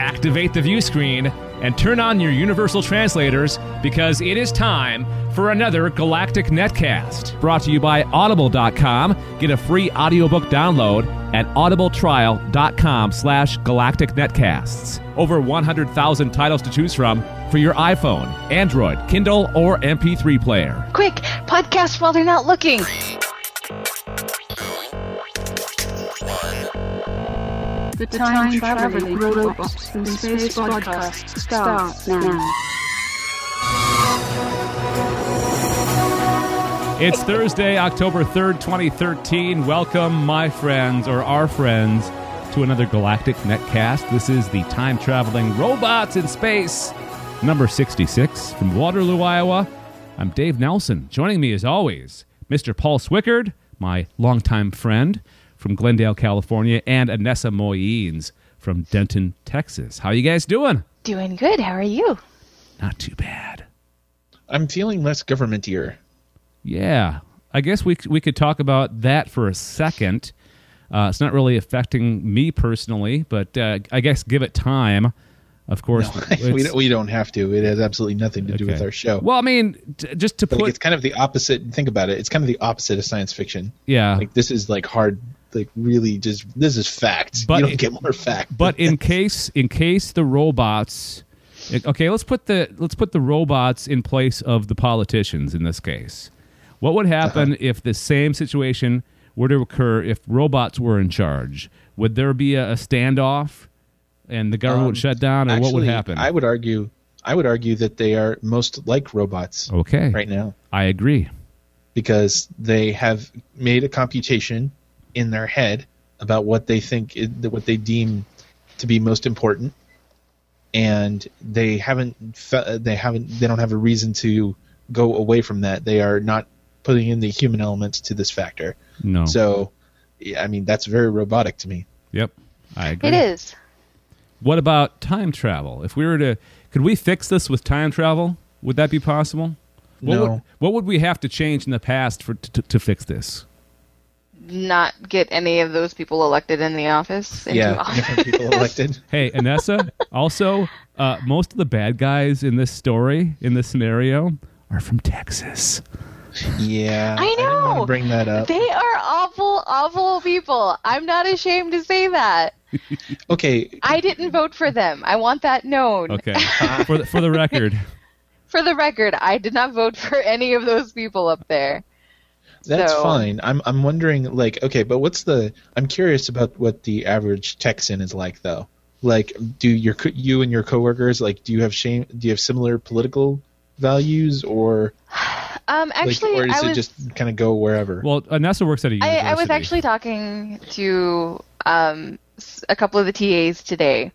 activate the view screen, and turn on your universal translators because it is time for another Galactic Netcast. Brought to you by Audible.com. Get a free audiobook download at audibletrial.com slash galactic netcasts. Over 100,000 titles to choose from for your iPhone, Android, Kindle, or MP3 player. Quick, podcast while they're not looking. The time, traveling robots and space podcast starts now. It's Thursday, October 3rd, 2013. Welcome, my friends, or our friends, to another Galactic Netcast. This is the time traveling robots in space, number 66 from Waterloo, Iowa. I'm Dave Nelson. Joining me, as always, Mr. Paul Swickard, my longtime friend from Glendale, California, and Anessa Moynes from Denton, Texas. How you guys doing? Doing good. How are you? Not too bad. I'm feeling less governmentier. Yeah, I guess we c- we could talk about that for a second. Uh, it's not really affecting me personally, but uh, I guess give it time. Of course, we, it's- don't, we don't have to. It has absolutely nothing to do with okay. our show. Well, I mean, t- just to like, put it's kind of the opposite. Think about it. It's kind of the opposite of science fiction. yeah, Like this is like hard. Like really, just this is fact. But you don't it- get more fact. but in case in case the robots, okay, let's put the let's put the robots in place of the politicians in this case. What would Uh-huh. happen if the same situation were to occur if robots were in charge? Would there be a, a standoff? And the government would shut down, or Um, actually, what would happen? I would argue. I would argue that they are most like robots Okay. right now I agree. because they have made a computation in their head about what they think i- what they deem to be most important and they haven't fe- they haven't they don't have a reason to go away from that they are not putting in the human elements to this factor No. so yeah, i mean that's very robotic to me yep. I agree. It is. What about time travel? If we were to could we fix this with time travel? Would that be possible? What No. would, what would we have to change in the past for to, to fix this? Not get any of those people elected in the office. into yeah office. different people elected Hey, Anessa, also uh, most of the bad guys in this story in this scenario are from Texas. yeah I didn't wanna know. bring that up They are awful, awful people. I'm not ashamed to say that. okay I didn't vote for them. I want that known. Okay. for the, for the record. For the record, I did not vote for any of those people up there. That's So- fine. I'm I'm wondering like okay, but what's the I'm curious about what the average Texan is like though. Like do your co- you and your coworkers like do you have shame do you have similar political values or Um, like actually, or does I was it just kind of go wherever? Well, Anessa works at a university. I, I was actually talking to um, s- a couple of the TAs today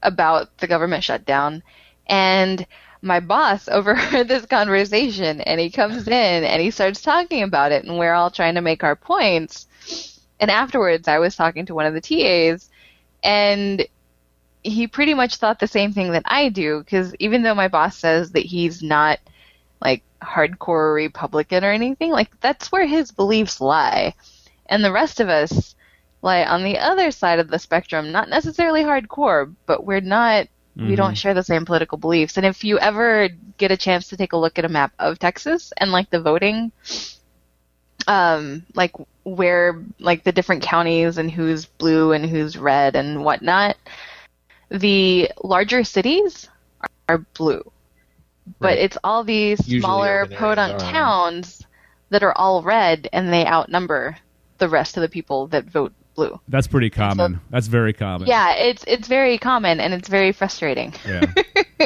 about the government shutdown, and my boss overheard this conversation, and he comes in and he starts talking about it, and we're all trying to make our points. And afterwards, I was talking to one of the TAs, and he pretty much thought the same thing that I do, because even though my boss says that he's not like hardcore Republican or anything. Like that's where his beliefs lie. And the rest of us lie on the other side of the spectrum, not necessarily hardcore, but we're not we don't share the same political beliefs. And if you ever get a chance to take a look at a map of Texas and like the voting um like where like the different counties and who's blue and who's red and whatnot, the larger cities are blue but Right. it's all these Usually smaller urban areas podunk are. towns that are all red and they outnumber the rest of the people that vote blue. That's pretty common. That's very common. Yeah, it's it's very common and it's very frustrating. Yeah.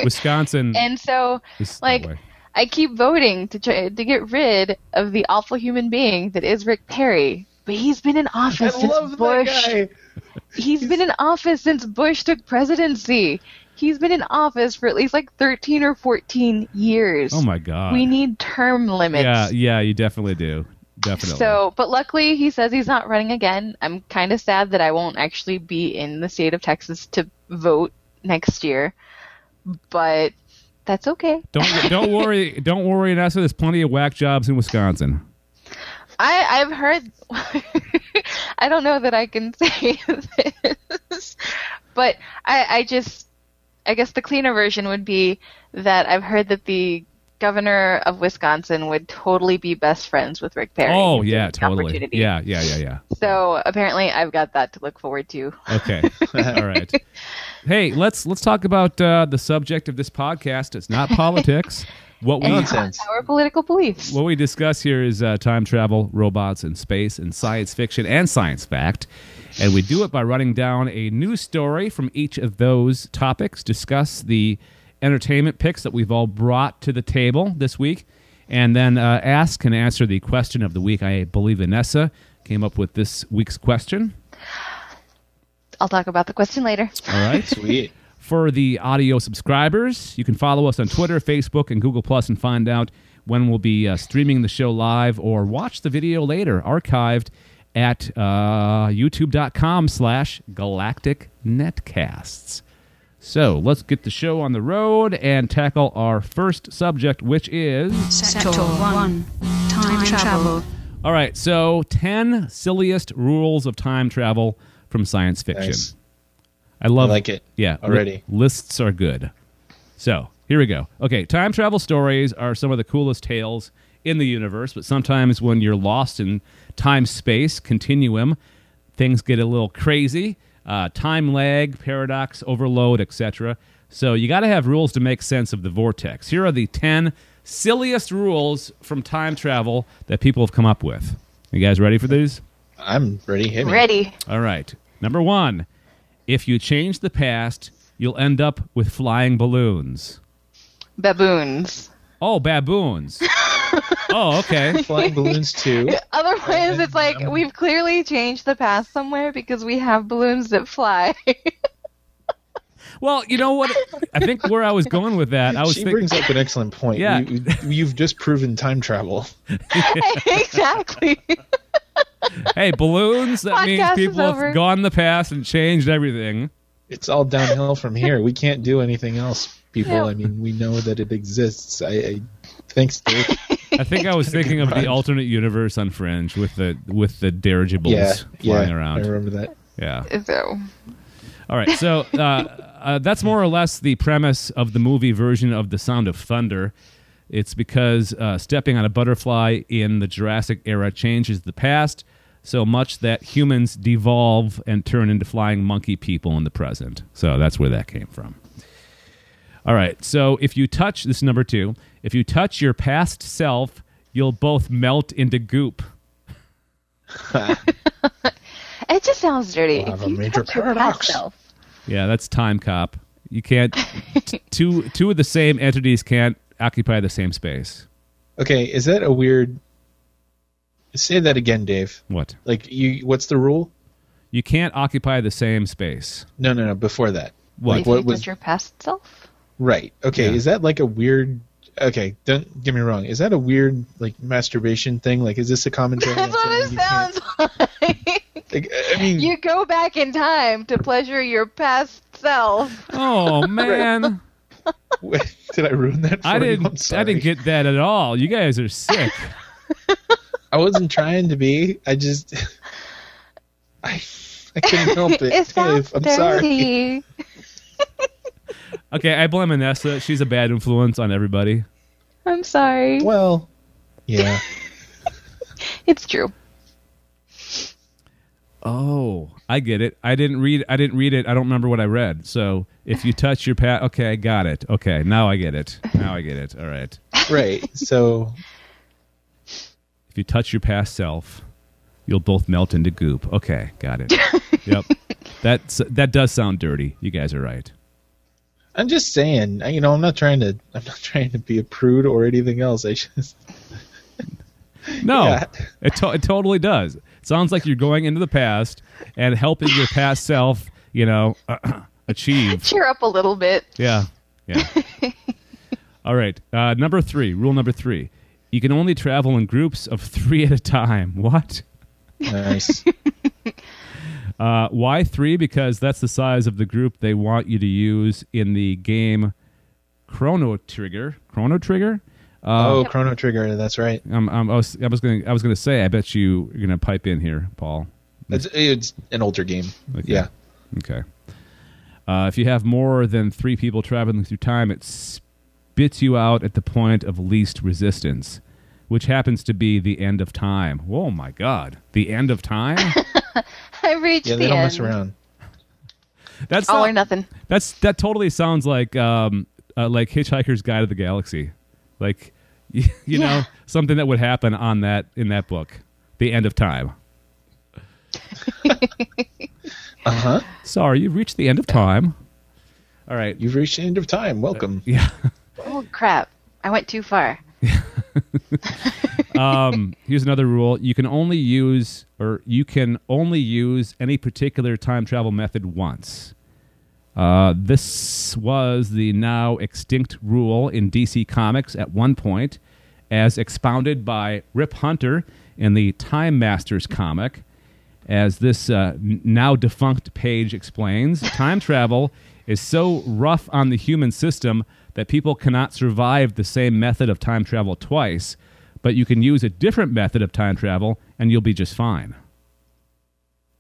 Wisconsin And so is that like way. I keep voting to try to get rid of the awful human being that is Rick Perry. But he's been in I office since love that Bush. guy. he's been in office since Bush took presidency. He's been in office for at least like 13 or 14 years. Oh my god. We need term limits. Yeah, yeah, you definitely do. Definitely. So, but luckily he says he's not running again. I'm kind of sad that I won't actually be in the state of Texas to vote next year, but that's okay. don't don't worry, don't worry, Nessa. There's plenty of whack jobs in Wisconsin. I I've heard. I don't know that I can say this. this. But I, I just, I guess the cleaner version would be that I've heard that the governor of Wisconsin would totally be best friends with Rick Perry. Oh It's yeah, an totally. opportunity. Yeah, yeah, yeah, yeah. So apparently, I've got that to look forward to. Okay. All right. Hey, let's let's talk about uh, the subject of this podcast. It's not politics. What we Nonsense. Our political beliefs. what we discuss here is uh, time travel, robots and space, and science fiction and science fact. And we do it by running down a news story from each of those topics, discuss the entertainment picks that we've all brought to the table this week, and then uh, ask and answer the question of the week. I believe Vanessa came up with this week's question. I'll talk about the question later. All right. Sweet. For the audio subscribers, you can follow us on Twitter, Facebook, and Google Plus, and find out when we'll be uh, streaming the show live or watch the video later, archived at uh, YouTube.com/slash Galactic Netcasts. So let's get the show on the road and tackle our first subject, which is Sector 1. Time travel. all right. So ten silliest rules of time travel from science fiction. Nice. I love I like it Yeah, li- already. lists are good. So here we go. Okay, time travel stories are some of the coolest tales in the universe, but sometimes when you're lost in time space continuum, things get a little crazy. Uh, time lag, paradox, overload, etc. So you got to have rules to make sense of the vortex. Here are the ten silliest rules from time travel that people have come up with. You guys ready for these? I'm ready. Hit me. Ready? All right. Number one, if you change the past, you'll end up with flying balloons. Baboons. Oh, baboons. oh, okay. Flying balloons too. Otherwise, it's like we've clearly changed the past somewhere because we have balloons that fly. Well, you know what? I think where I was going with that, I was she thinking. brings up an excellent point. Yeah. You, you've just proven time travel. exactly. Hey, balloons. That means Podcast is people over. have gone the past and changed everything. It's all downhill from here. We can't do anything else, people. Yeah. I mean, we know that it exists. I, I thanks, Dave. I think I was thinking of the alternate universe on Fringe with the with the dirigibles yeah, flying yeah, I around. remember that. Yeah. So, All right, so uh, uh, that's more or less the premise of the movie version of The Sound of Thunder. It's because uh, stepping on a butterfly in the Jurassic era changes the past so much that humans devolve and turn into flying monkey people in the present. So that's where that came from. All right, so if you touch this is number two, if you touch your past self, you'll both melt into goop. it just sounds dirty. We'll have If a you major touch your past paradox. self- Yeah, that's time cop. You can't t- two two of the same entities can't occupy the same space. Okay, is that a weird? Say that again, Dave. What? Like you, what's the rule? You can't occupy the same space. No, no, no. Before that, What? Like, if what you was- touch your past self? right? Okay, Yeah. is that like a weird? Okay, don't get me wrong. Is that a weird like masturbation thing? Like, is this a commentary? on That's what it saying you can't- sounds like. Like, I mean, You go back in time to pleasure your past self. Oh man, did I ruin that? For I You? I'm didn't sorry. I didn't get that at all. You guys are sick. I wasn't trying to be. I just. I, I couldn't help it. It sounds Dave, I'm sorry. dirty. Okay, I blame Vanessa. She's a bad influence on everybody. I'm sorry. Well, yeah. It's true. Oh, I get it. I didn't read I didn't read it. I don't remember what I read. So, if you touch your pat Okay, I got it. Okay, now I get it. Now I get it. All right. right. So If you touch your past self, you'll both melt into goop. Okay, got it. yep. That's that does sound dirty. You guys are right. I'm just saying. I- You know, I'm not trying to. I'm not trying to be a prude or anything else. I just. No, Yeah. it, to- it totally does. It sounds like you're going into the past and helping your past self, you know, achieve. Cheer up a little bit. Yeah. Yeah. All right. Uh, number three, rule number three. You can only travel in groups of three at a time. What? Nice. Uh, why three? Because that's the size of the group they want you to use in the game Chrono Trigger. Chrono Trigger. oh, Chrono Trigger. That's right. Um, um, I was I was going I was going to say I bet you you're going to pipe in here, Paul. It's, it's an older game. Okay. Yeah. Okay. Uh, if you have more than three people traveling through time, it spits you out at the point of least resistance, which happens to be the end of time. Oh my God, the end of time? I reached Yeah, the they don't end. mess around. That's All not- or nothing. That's that totally sounds like um, uh, like Hitchhiker's Guide to the Galaxy, like you, you know Yeah. something that would happen on that in that book, the end of time. Uh huh. Sorry, you've reached the end of time. All right, You've reached the end of time. Welcome. yeah. Oh crap! I went too far. um, here's another rule: you can only use or you can only use any particular time travel method once. Uh, this was the now extinct rule in DC Comics at one point, as expounded by Rip Hunter in the Time Masters comic. As this uh, n- now defunct page explains, time travel is so rough on the human system that people cannot survive the same method of time travel twice, but you can use a different method of time travel and you'll be just fine.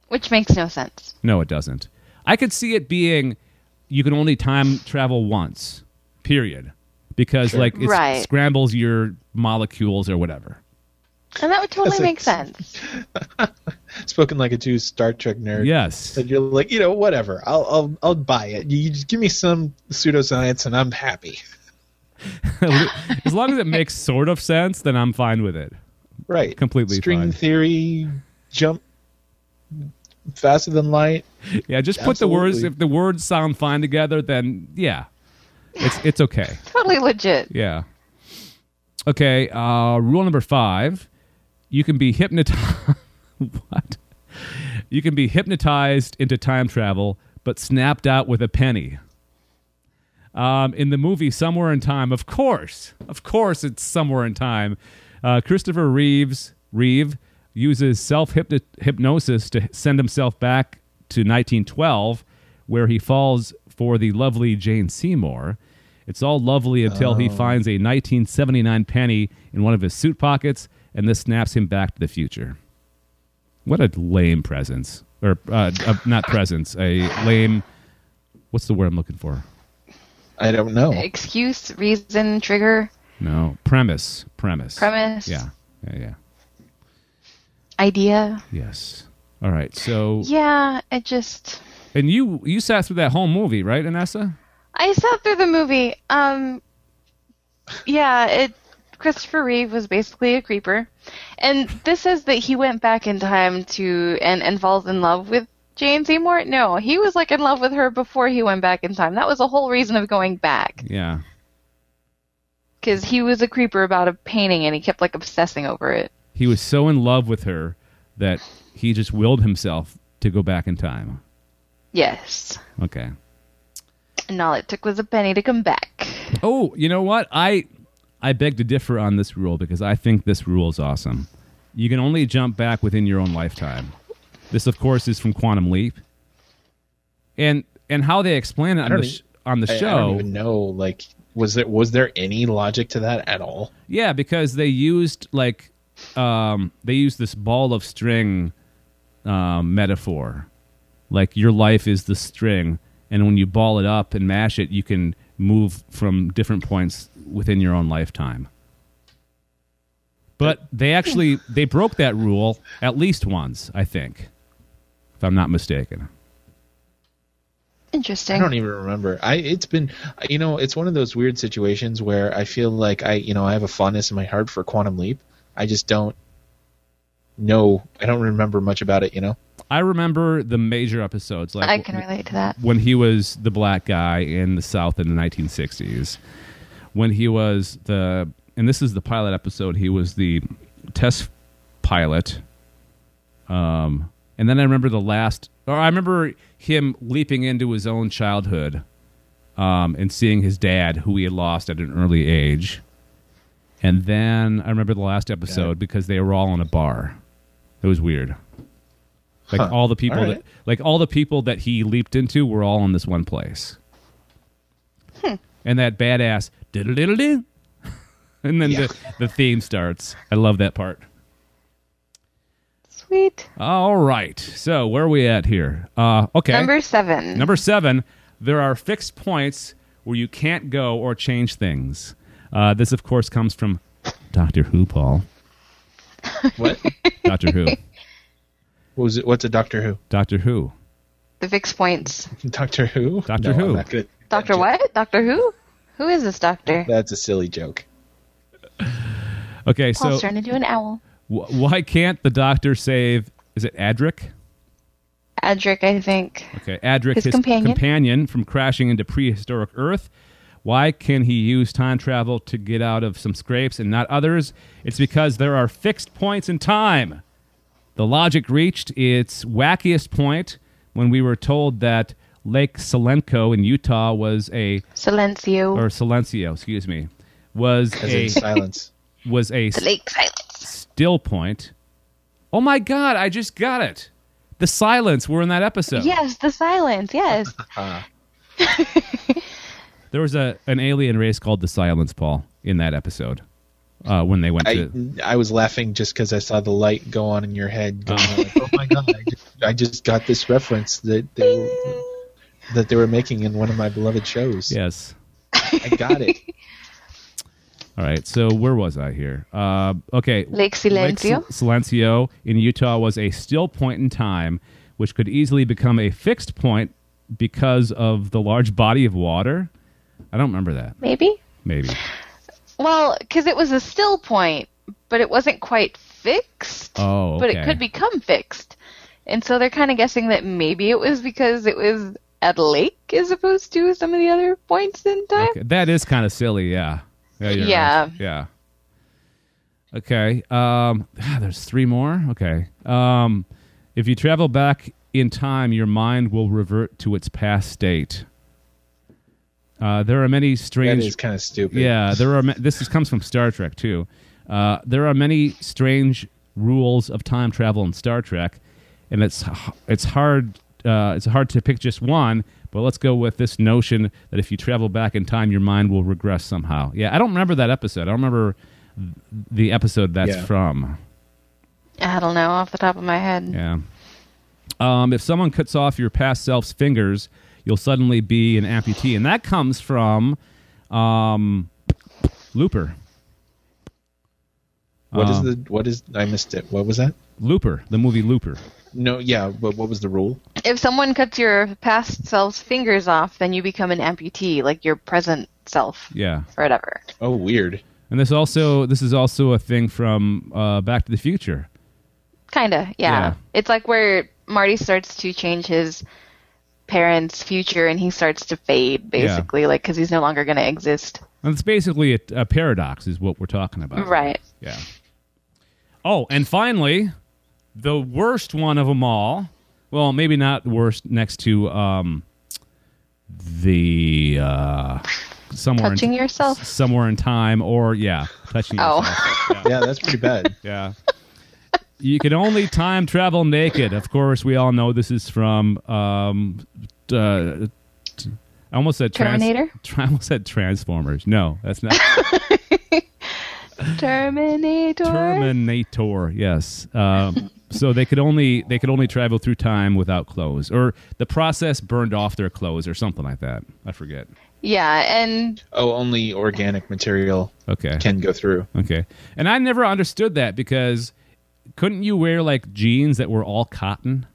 Which makes no sense. No, it doesn't. I could see it being you can only time travel once, period, because like it Right. scrambles your molecules or whatever. And that would totally That's a- make sense. Spoken like a true Star Trek nerd. Yes. But you're like, you know, whatever. I'll I'll I'll buy it. You you just give me some pseudoscience and I'm happy. as long as it makes sort of sense, then I'm fine with it. Right. Completely String fine. theory, jump faster than light. Yeah, just put the words Absolutely. if the words sound fine together, then yeah. It's it's okay. Totally legit. Yeah. Okay. Uh, rule number five: you can be hypnotized. what? You can be hypnotized into time travel, but snapped out with a penny. Um, in the movie Somewhere in Time, of course, of course, it's Somewhere in Time. Uh, Christopher Reeves Reeve uses self hypnosis to send himself back to 1912, where he falls for the lovely Jane Seymour. It's all lovely until he finds a 1979 penny in one of his suit pockets, and this snaps him back to the future. What a lame presence, or uh, uh, not presence, a lame. What's the word I'm looking for? I don't know. Excuse, reason, trigger, No premise. Premise. premise, Yeah. Yeah. Yeah. idea. Yes. All right. So, Yeah, it just. and you you sat through that whole movie, right, Anessa? I sat through the movie. Um, yeah, it. Christopher Reeve was basically a creeper, and this says that he went back in time to and and falls in love with Jane Seymour. No, he was like in love with her before he went back in time. That was the whole reason of going back Yeah. because he was a creeper about a painting and he kept like obsessing over it. He was so in love with her that he just willed himself to go back in time. Yes, Okay. and all it took was a penny to come back. Oh, you know what? I I beg to differ on this rule because I think this rule is awesome. You can only jump back within your own lifetime. This, of course, is from Quantum Leap, and and how they explain it on don't the e- sh- on the I, I show. don't even know. Like, was there was there any logic to that at all? Yeah, because they used like um, they used this ball of string um, metaphor. Like your life is the string, and when you ball it up and mash it, you can move from different points within your own lifetime. But they actually they broke that rule at least once, I think, if I'm not mistaken. Interesting. I don't even remember. I it's been you know it's one of those weird situations where I feel like I you know I have a fondness in my heart for Quantum Leap. I just don't know. I don't remember much about it. You know. I remember the major episodes, like I can relate to that. when he was the black guy in the South in the 1960s, when he was the, and this is the pilot episode, he was the test pilot. Um, and then I remember the last, or I remember him leaping into his own childhood um, and seeing his dad, who he had lost at an early age. And then I remember the last episode because they were all in a bar. It was weird. Like Huh. all the people All that, right. like all the people that he leaped into were all in this one place. Hmm. And that badass diddle-diddle-doo. and then Yeah. the, the theme starts. I love that part. Sweet. All right. So where are we at here? Uh, okay. Number seven. Number seven, there are fixed points where you can't go or change things. Uh, this, of course, comes from Doctor Who, Paul. What? Doctor Who. What was it? What's a Doctor Who? Doctor Who. the fixed points. Doctor Who? Doctor No, Who. I'm not gonna- Doctor what? Doctor who? Who is this doctor? That's a silly joke. Okay, Paul's so turned into an owl. wh- why can't the Doctor save? Is it Adric? Adric, I think. Okay, Adric, his, His companion. companion, from crashing into prehistoric Earth. Why can he use time travel to get out of some scrapes and not others? It's because there are fixed points in time. The logic reached its wackiest point when we were told that Lake Silenko in Utah was a Silencio. or Silencio, excuse me, was As a in silence. was a the lake silence. still point. Oh my god, I just got it. The silence were in that episode. Yes, the silence. Yes. There was a an alien race called the Silence, Paul, in that episode uh, when they went I to. I was laughing just because I saw the light go on in your head. Going like, oh my god! I just, I just got this reference that they were, that they were making in one of my beloved shows. Yes. I got it. All right. So where was I here? Uh, okay. Lake Silencio. Sil- Silencio in Utah was a still point in time, which could easily become a fixed point because of the large body of water. I don't remember that. Maybe. Maybe. Well, because it was a still point, but it wasn't quite fixed. Oh, But okay. it could become fixed, and so they're kind of guessing that maybe it was because it was at a lake as opposed to some of the other points in time. Okay, That is kind of silly, yeah. Yeah. you're Yeah. right. Yeah. Okay. Um, ah, there's three more. Okay. Um, if you travel back in time, your mind will revert to its past state. Uh, there are many That strange is kind of stupid. yeah, there are. ma- This is, comes from Star Trek too. Uh, there are many strange rules of time travel in Star Trek, and it's h- it's hard uh, it's hard to pick just one. But let's go with this notion that if you travel back in time, your mind will regress somehow. Yeah, I don't remember that episode. I don't remember th- the episode that's Yeah. from. I don't know off the top of my head. Yeah. Um, if someone cuts off your past self's fingers, you'll suddenly be an amputee, and that comes from um, Looper. What is Uh, the what is I missed it. What was that? Looper, the movie Looper. No, yeah, but what was the rule? If someone cuts your past self's fingers off, then you become an amputee, like your present self, Yeah, forever. Oh, weird. and this also this is also a thing from uh, Back to the Future. Kinda, yeah. Yeah. It's like where Marty starts to change his parents' future, and he starts to fade, basically, like 'cause like because he's no longer going to exist. And it's basically a, a paradox, is what we're talking about. Right. Yeah. Oh, and finally, the worst one of them all. Well, maybe not worst next to um, the uh, somewhere Touching in, yourself. somewhere in time, or yeah, touching Oh. yourself. Yeah. Yeah, that's pretty bad. Yeah. you can only time travel naked. Of course, we all know this is from. Um, uh, t- I almost said trans- Terminator? tr- I almost said Transformers. No, that's not Terminator. Terminator. Yes. Um, so they could only they could only travel through time without clothes, or the process burned off their clothes, or something like that. I forget. yeah, and Oh, only organic material Okay. can go through. Okay. And I never understood that because couldn't you wear like jeans that were all cotton?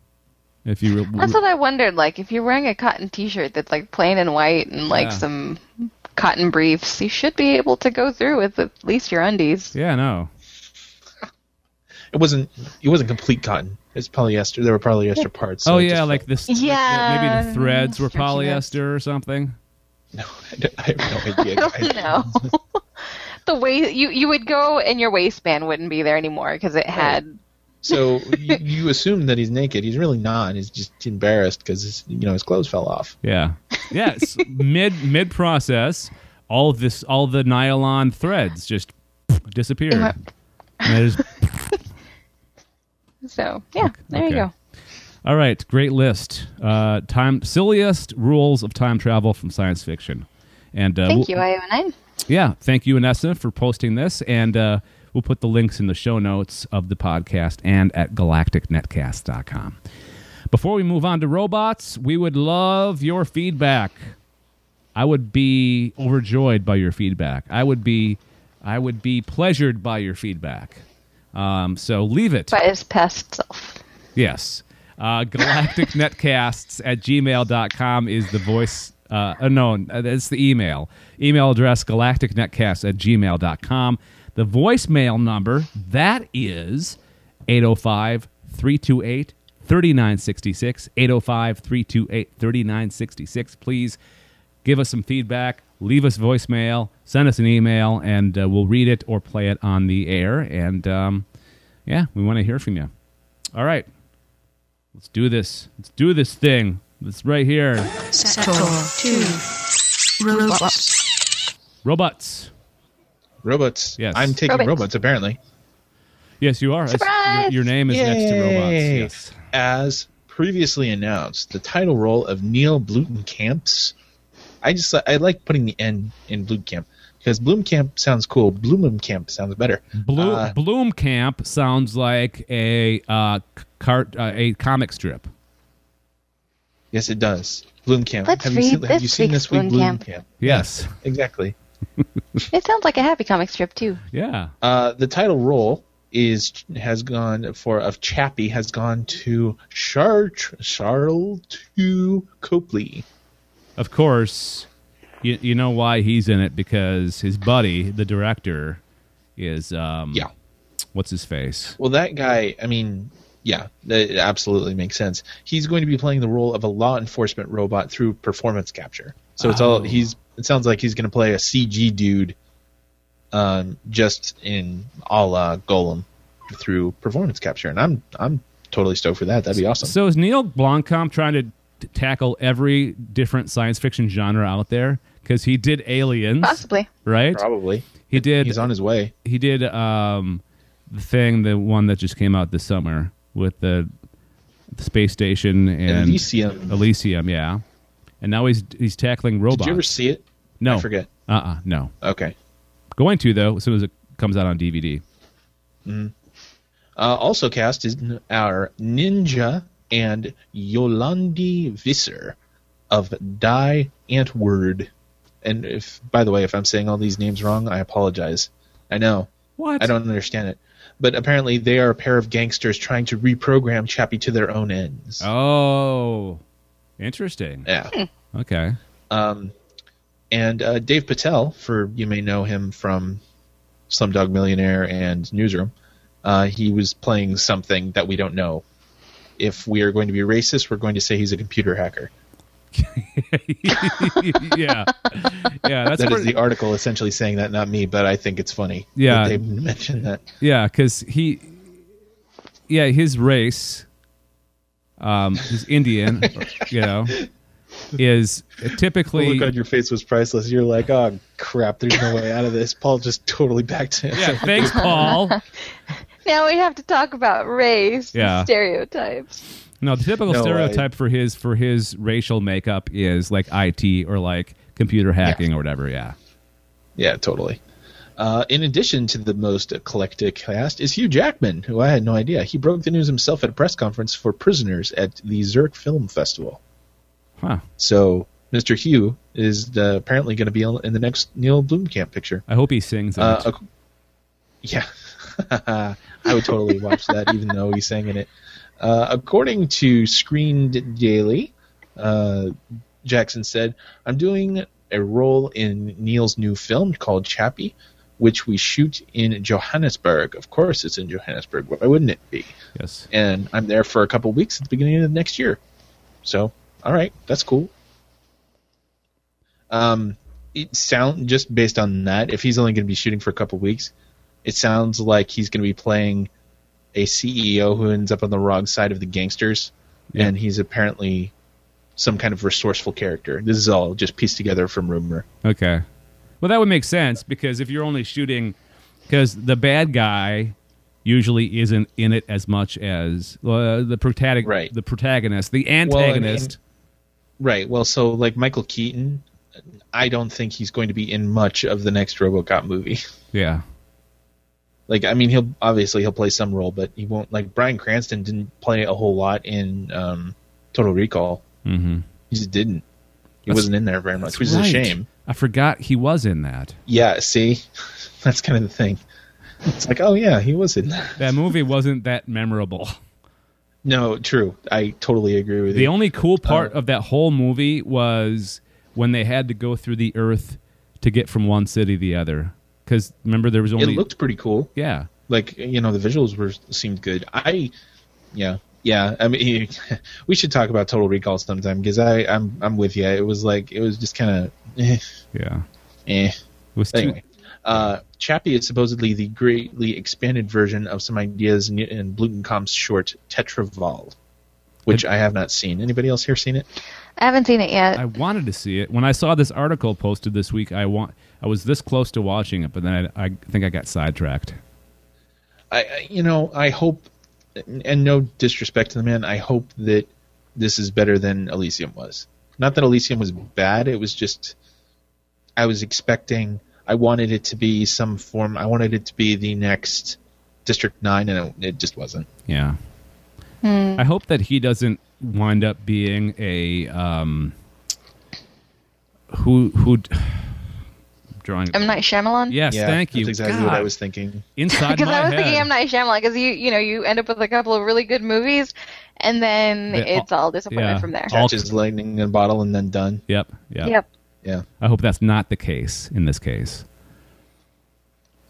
If you were, that's what I wondered. Like, if you're wearing a cotton T-shirt that's like plain and white, and like Yeah. some cotton briefs, you should be able to go through with at least your undies. yeah, no. It wasn't it wasn't complete cotton. It's polyester. There were polyester parts. so oh it just yeah, felt- like this. Yeah, maybe the threads were stretchy polyester bits. or something. No, I don't- I have no idea. I guys. don't know. the way you you would go, and your waistband wouldn't be there anymore because it had. So you, you assume that he's naked. He's really not. He's just embarrassed because you know his clothes fell off. Yeah. Yes. mid mid process, all of this, all the nylon threads just disappeared. And I just- So yeah, there you okay. go. all right, great list. Uh, time silliest rules of time travel from science fiction. And uh, Thank we'll- you, IO9. Yeah, thank you, Inessa, for posting this, and uh, we'll We'll put the links in the show notes of the podcast and at galacticnetcast.com. Before we move on to robots, we would love your feedback. I would be overjoyed by your feedback. I would be, I would be pleasured by your feedback. Um, so leave it. by his past self. Yes. Uh, galacticnetcasts at gmail.com is the voice. Uh, uh, no, it's the email. Email address galacticnetcasts at gmail.com. The voicemail number, that is 805 328 3966. 805 328 3966. Please give us some feedback. Leave us voicemail. Send us an email, and uh, we'll read it or play it on the air. And um, yeah, we want to hear from you. All right. Let's do this. Let's do this thing. It's right here. Sector 2. Robots. Robots. Robots. Yes. I'm taking Robots. robots, apparently. Yes, you are. That's- Surprise! Your, your name is next to Yay. robots. Yes. As previously announced, the title role of Neil Blutenkamp's. I just I like putting the N in Blutenkamp because Bloomkamp sounds cool. Blumenkamp sounds better. Blue, Uh, Bloom Camp sounds like a uh, c- cart, uh, a comic strip. yes, it does. Bloomkamp. Let's have you read seen, have this you seen week's this week? Bloomkamp. Bloomkamp. Yes. Exactly. It sounds like a happy comic strip too. Yeah. Uh, the title role is has gone for of Chappie has gone to Char Charles to Copley. Of course, you, you know why he's in it because his buddy, the director, is um, Yeah. What's his face? Well, that guy, I mean, yeah, that absolutely makes sense. He's going to be playing the role of a law enforcement robot through performance capture. So it's all he's. It sounds like he's going to play a CG dude, um, just in a la Golem through performance capture, and I'm I'm totally stoked for that. That'd be awesome. So is Neil Blomkamp trying to t- tackle every different science fiction genre out there? Because he did Aliens, Possibly. right? Probably He did. he's on his way. he did um, the thing, the one that just came out this summer with the, the space station and Elysium. Elysium, yeah. And now he's he's tackling robots. Did you ever see it? no, I forget. Uh, uh no. Okay. Going to though as soon as it comes out on DVD. Uh, also cast is our ninja and Yolandi Visser of Die Antword. And if, by the way, if I'm saying all these names wrong, I apologize. I know What? I don't understand it, but apparently they are a pair of gangsters trying to reprogram Chappie to their own ends. Oh, interesting. Yeah. Okay. Um, and uh, Dave Patel, for you may know him from Slumdog Millionaire and Newsroom, uh, he was playing something that we don't know. If we are going to be racist, we're going to say he's a computer hacker. yeah, yeah. That's That is pretty, the article essentially saying that, not me, but I think it's funny. that Yeah. they mentioned that. Yeah, because he, yeah, his race, um, he's Indian, you know, is The typically look on your face was priceless. You're like, oh crap, there's no way out of this. Paul just totally backed in. yeah. Thanks, Paul. Now we have to talk about race and Yeah. stereotypes. No, the typical No, I- stereotype for his for his racial makeup is like IT or like computer hacking or whatever. Yeah, Yeah, totally. Uh, in addition to the most eclectic cast is Hugh Jackman, who I had no idea. He broke the news himself at a press conference for prisoners at the Zurich Film Festival. huh. So Mr. Hugh is uh, apparently going to be in the next Neil Blomkamp picture. I hope he sings. in Uh, it. ac- yeah, I would totally watch that, even though he sang in it. Uh, according to Screened Daily, uh, Jackson said, "I'm doing a role in Neil's new film called Chappie, which we shoot in Johannesburg. Of course, it's in Johannesburg. Why wouldn't it be? yes. And I'm there for a couple weeks at the beginning of the next year. So, all right, that's cool. Um, it sound just based on that, if he's only going to be shooting for a couple weeks, it sounds like he's going to be playing a CEO who ends up on the wrong side of the gangsters, and he's apparently some kind of resourceful character. This is all just pieced together from rumor. Okay. Well, that would make sense because if you're only shooting, because the bad guy usually isn't in it as much as uh, the protagonist, Right. the protagonist, the Well, I mean- antagonist. Right. Well, so like Michael Keaton, I don't think he's going to be in much of the next RoboCop movie. yeah. like I mean he'll obviously he'll play some role, but he won't like Brian Cranston didn't play a whole lot in um, Total Recall. Mm-hmm. He just didn't. He That's- wasn't in there very much, which is a Right. shame. I forgot he was in that. Yeah, see, that's kind of the thing. It's like, oh yeah, he was in there. That movie wasn't that memorable. No, true. I totally agree with The you. only cool part Uh, of that whole movie was when they had to go through the earth to get from one city to the other. Because remember, there was it only looked pretty cool. yeah. Like you know, the visuals were seemed good. I, yeah, yeah. I mean, he, we should talk about Total Recall sometime because I, I'm, I'm with you. It was like it was just kind of, eh, Yeah. eh. It was too, Anyway, uh, Chappie is supposedly the greatly expanded version of some ideas in, in Blutenkamp's short Tetraval, which I have not seen. Anybody else here seen it? I haven't seen it yet. I wanted to see it. When I saw this article posted this week, I want I was this close to watching it, but then I, I think I got sidetracked. I- I, you know, I hope, and no disrespect to the man, I hope that this is better than Elysium was. Not that Elysium was bad; it was just I was expecting, I wanted it to be some form. I wanted it to be the next District Nine, and it, it just wasn't. Yeah. Hmm. I hope that he doesn't wind up being a um who who drawing M Night Shyamalan. Yes, thank you. That's exactly God, what I was thinking. inside Because my I was head. thinking M Night Shyamalan because you you know you end up with a couple of really good movies, and then They all- it's all disappointment yeah. from there. All- Just lightning in a bottle, and then done. Yep, yep. Yep. Yeah. I hope that's not the case in this case.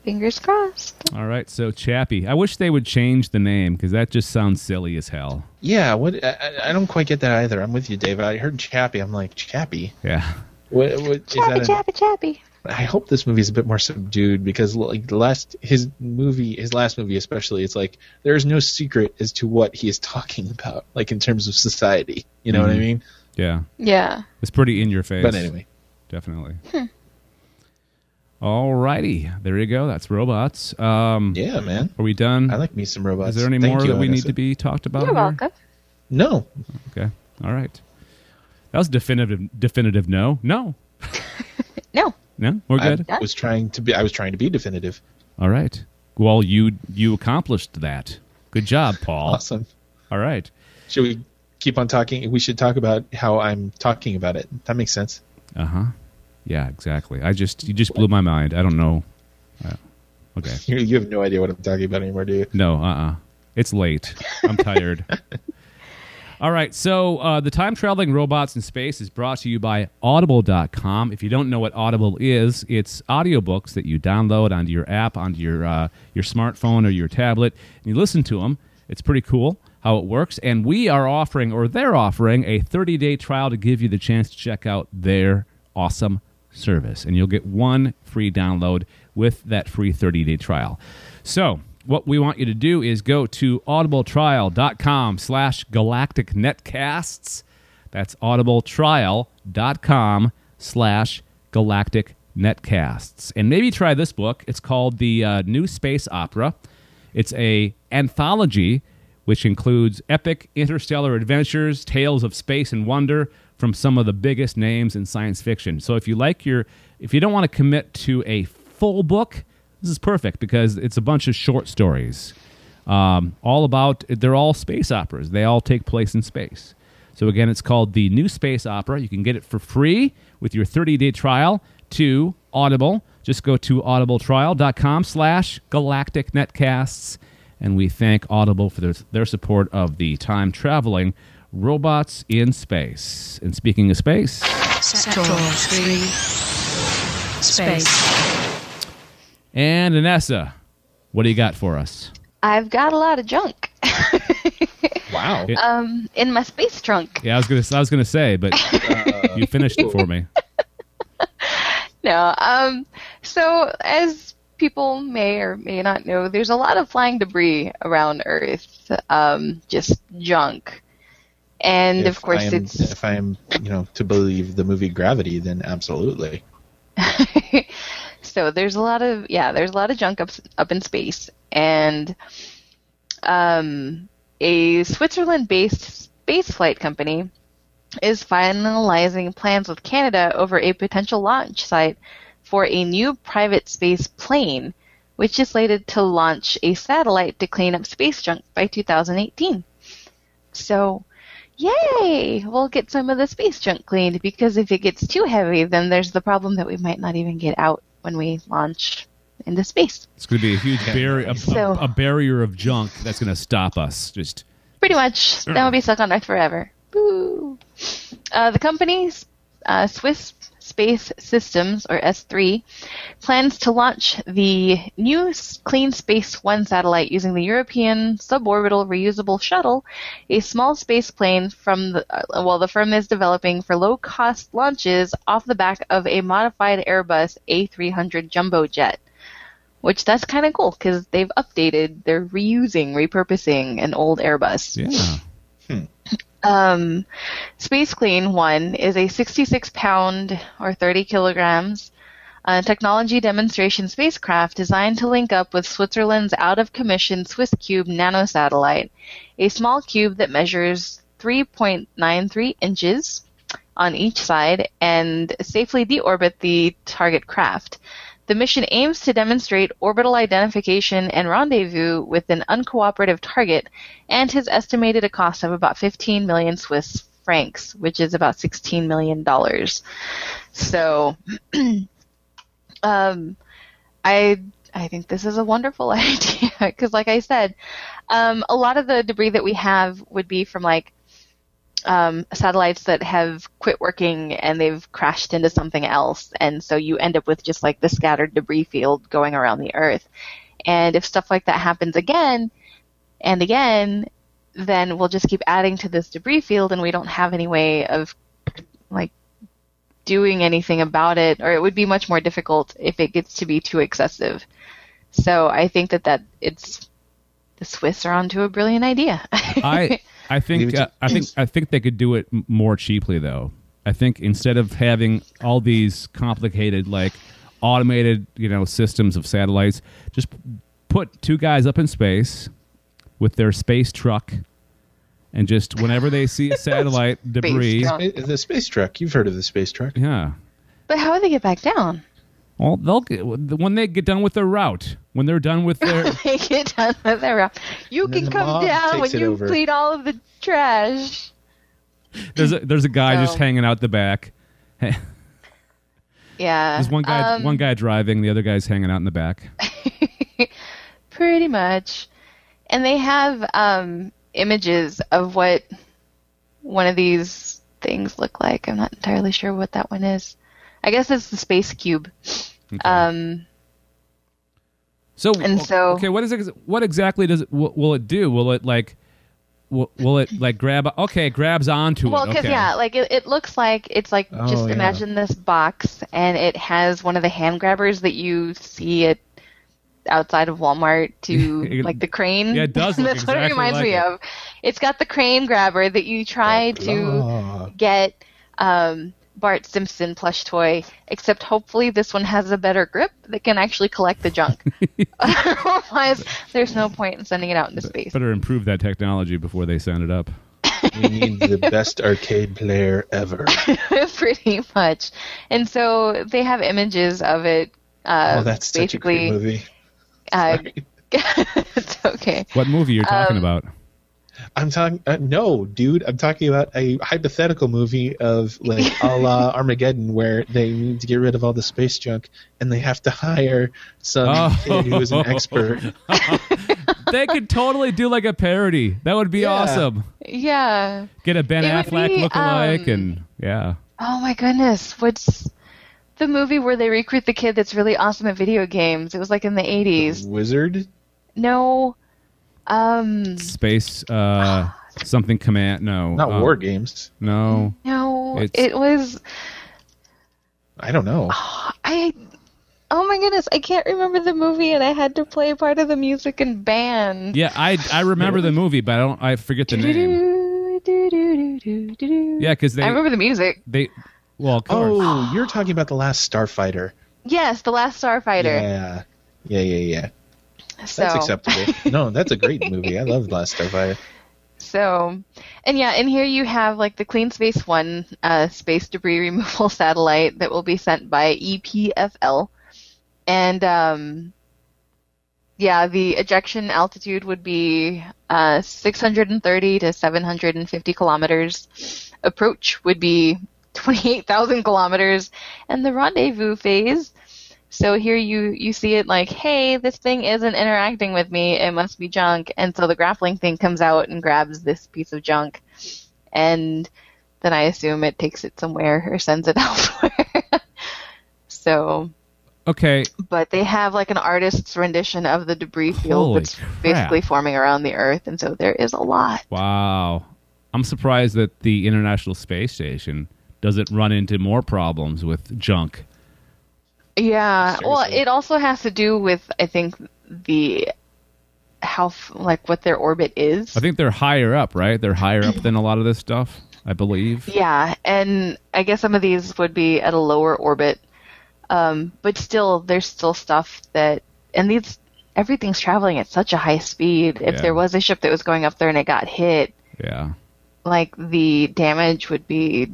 Fingers crossed. All right, so Chappie. I wish they would change the name because that just sounds silly as hell. Yeah, what I, I- I don't quite get that either. I'm with you, Dave. I heard Chappie. I'm like Chappie. Yeah. What, what is Chappy, that? a- chappy, chappy. I hope this movie's a bit more subdued because like the last his movie his last movie especially it's like there's no secret as to what he is talking about like in terms of society you know what I Mhm. mean Yeah. Yeah. It's pretty in your face. but anyway Definitely. All righty. There you go. That's robots. Um, yeah man Are we done? I like me some robots Is there any Thank more you, that we need Anissa. to be talked about? You're here? welcome. no Okay. All right. That was definitive. Definitive. No. No. No. No. We're I good. was trying to be I was trying to be definitive All right. Well, you you accomplished that. Good job, Paul. awesome All right. should we keep on talking we should talk about how I'm talking about it that makes sense Uh huh. Yeah. Exactly. I just you just blew my mind. I don't know. Uh, okay. you, you have no idea what I'm talking about anymore do you No, uh uh It's late. I'm tired. All right, so uh, the time traveling robots in space is brought to you by Audible.com. If you don't know what Audible is, it's audiobooks that you download onto your app, onto your uh, your smartphone or your tablet, and you listen to them. It's pretty cool how it works. And we are offering, or they're offering, a 30 day trial to give you the chance to check out their awesome service. And you'll get one free download with that free 30 day trial. So, what we want you to do is go to audibletrial.com slash galactic netcasts. That's audibletrial.com slash galactic netcasts. And maybe try this book. It's called The uh, New Space Opera. It's a anthology which includes epic interstellar adventures, tales of space and wonder from some of the biggest names in science fiction. So if you like your if you don't want to commit to a full book, this is perfect because it's a bunch of short stories. Um, all about they're all space operas. They all take place in space. So again, it's called the New Space Opera. You can get it for free with your 30-day trial to Audible. Just go to audibletrial.com slash galactic netcasts. And we thank Audible for their, their support of the time traveling robots in space. And speaking of space, Sector 3. Space. and Anessa, what do you got for us? I've got a lot of junk wow Yeah. in my space trunk. Yeah, I was gonna I was gonna say, but you finished it for me. No. Um. So as people may or may not know, there's a lot of flying debris around Earth. Um. Just junk. And if of course, I am, it's if I am you know to believe the movie Gravity then absolutely so there's a lot of yeah there's a lot of junk up up in space and um, a switzerland-based space flight company is finalizing plans with canada over a potential launch site for a new private space plane which is slated to launch a satellite to clean up space junk by 2018. So, yay! We'll get some of the space junk cleaned because if it gets too heavy, then there's the problem that we might not even get out when we launch into space. It's going to be a huge barrier, a, a- So- a barrier of junk that's going to stop us. Just Pretty much, that would be stuck on Earth forever. Boo. Uh, the company, uh, Swiss Space Systems, or S3, plans to launch the new S- Clean Space One satellite using the European suborbital reusable shuttle, a small space plane from the uh, well, the firm is developing for low-cost launches off the back of a modified Airbus A300 jumbo jet which that's kind of cool because they've updated, they're reusing, repurposing an old Airbus. yeah. Um, Space Clean One is a 66 pound or 30 kilograms uh, technology demonstration spacecraft designed to link up with Switzerland's out of commission Swiss Cube nanosatellite, a small cube that measures 3.93 inches on each side and safely deorbit the target craft. The mission aims to demonstrate orbital identification and rendezvous with an uncooperative target and has estimated a cost of about 15 million Swiss francs, which is about 16 million dollars. So um I I think this is a wonderful idea because like I said, um a lot of the debris that we have would be from like um, satellites that have quit working and they've crashed into something else. And so you end up with just like the scattered debris field going around the Earth. And if stuff like that happens again and again, then we'll just keep adding to this debris field and we don't have any way of like doing anything about it or it would be much more difficult if it gets to be too excessive. So I think that that it's the Swiss are onto a brilliant idea. I I Leave think it to- uh, I think I think they could do it m- more cheaply though. I think instead of having all these complicated like automated you know systems of satellites, just p- put two guys up in space with their space truck, and just whenever they see a satellite debris, truck. Eh, The space truck. You've heard of the space truck. yeah, but how would they get back down? well they'll get, when they get done with their route, when they're done with their Take it down with the rock. You And then can the come mob down when takes it you over. clean all of the trash. there's a, there's a guy just So- hanging out the back. Yeah. There's one guy um, one guy driving, the other guy's hanging out in the back. Pretty much. And they have um, images of what one of these things look like. I'm not entirely sure what that one is. I guess it's the space cube. Um, So And o- so- okay, what is it? What exactly does it, will, will it do? Will it like will, will it like grab? Okay, grabs onto well, it. because Okay, yeah, like it, it looks like it's like Oh, just yeah. imagine this box, and it has one of the hand grabbers that you see at outside of Walmart to It- like the crane. yeah, it does look That's what exactly it reminds like me it. of. It's got the crane grabber that you Oh, try to Ah, get um, Bart Simpson plush toy, except hopefully this one has a better grip that can actually collect the junk. Otherwise, there's no point in sending it out into space. better improve that technology before they send it up. we need the best arcade player ever. pretty much. And so they have images of it. Uh, Oh, that's such a basically, great movie. uh, it's okay. What movie you're talking Um, about? I'm talking. Uh, no, dude, I'm talking about a hypothetical movie of like a la Armageddon, where they need to get rid of all the space junk, and they have to hire some Oh. kid who is an expert. they could totally do like a parody. That would be Yeah. awesome. Yeah. Get a Ben It would Affleck be, lookalike, um, and yeah, Oh my goodness. What's the movie where they recruit the kid that's really awesome at video games? It was like in the 80s. Wizard. Mm-hmm. No. Um. space uh, something command. No, Not um, war games. No, No. It's- It was. I don't know. I. Oh my goodness. I can't remember the movie, and I had to play part of the music and band. yeah, I I remember the movie, but I don't. I forget the name. Yeah, because they I remember the music. they well, of course. Oh, you're talking about the last Starfighter. Yes, The Last Starfighter. Yeah, yeah, yeah, yeah. so, That's acceptable. No, that's a great movie. I love Last Starfighter. So, and yeah, and here you have like the Clean Space One uh, space debris removal E satellite that will be sent by EPFL, and um, yeah, the ejection altitude would be uh, 630 to 750 kilometers. Approach would be 28,000 kilometers, and the rendezvous phase. So here you you see it like, hey, this thing isn't interacting with me. It must be junk. And so the grappling thing comes out and grabs this piece of junk, and then I assume it takes it somewhere or sends it elsewhere. so Okay. but they have like an artist's rendition of the debris field Holy that's crap. basically forming around the earth and so there is a lot Wow. I'm surprised that the International Space Station doesn't run into more problems with junk. yeah well Seriously. it also has to do with i think the how f- like what their orbit is I think they're higher up, right? They're higher up than a lot of this stuff, I believe. yeah and i guess some of these would be at a lower orbit um, but still there's still stuff that and these everything's traveling at such a high speed if Yeah. there was a ship that was going up there and it got hit Yeah. like the damage would be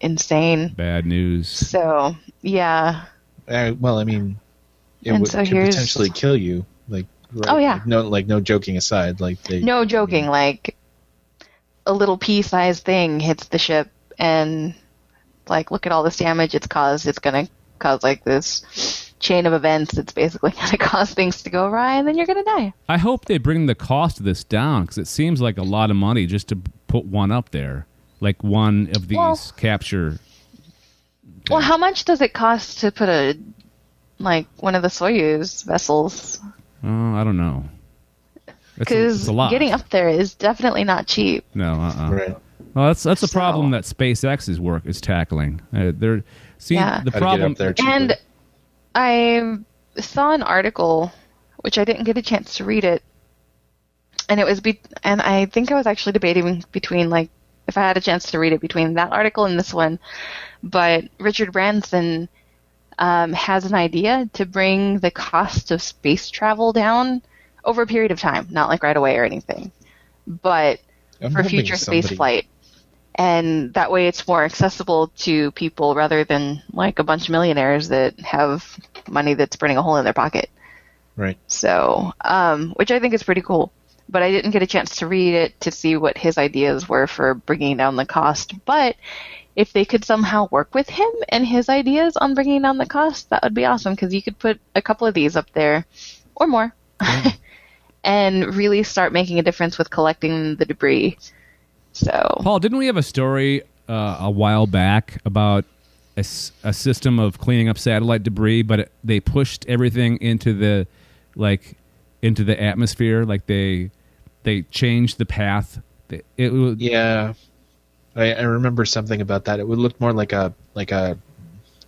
insane Bad news. So yeah, Uh, well, I mean, it And would, so could here's- potentially kill you. Like, right, Oh, yeah. like, no, like no joking aside. Like they, no joking. Like a little pea-sized thing hits the ship, and like look at all this damage it's caused. It's gonna cause like this chain of events that's basically gonna cause things to go awry, and then you're gonna die. I hope they bring the cost of this down because it seems like a lot of money just to put one up there, like one of these Well- capture. Well, how much does it cost to put a like one of the Soyuz vessels? Oh, I don't know. It's a, it's Because a lot. getting up there is definitely not cheap. No, uh-uh. Right. Well, that's that's a problem So- that SpaceX's work is tackling. Uh, they're see Yeah. the How to get problem up there cheaper. And I saw an article, which I didn't get a chance to read it, and it was be- and I think I was actually debating between like if I had a chance to read it between that article and this one, but Richard Branson um, has an idea to bring the cost of space travel down over a period of time, not like right away or anything, but I'm for hoping future space somebody- flight. And that way it's more accessible to people rather than like a bunch of millionaires that have money that's burning a hole in their pocket. Right. So, um, which I think is pretty cool. But I didn't get a chance to read it to see what his ideas were for bringing down the cost. But if they could somehow work with him and his ideas on bringing down the cost, that would be awesome because you could put a couple of these up there or more and really start making a difference with collecting the debris. So, Paul, didn't we have a story uh, a while back about a, s- a system of cleaning up satellite debris, but it, they pushed everything into the like into the atmosphere, like they they changed the path. It, it was- Yeah, I, I remember something about that. It would look more like a like a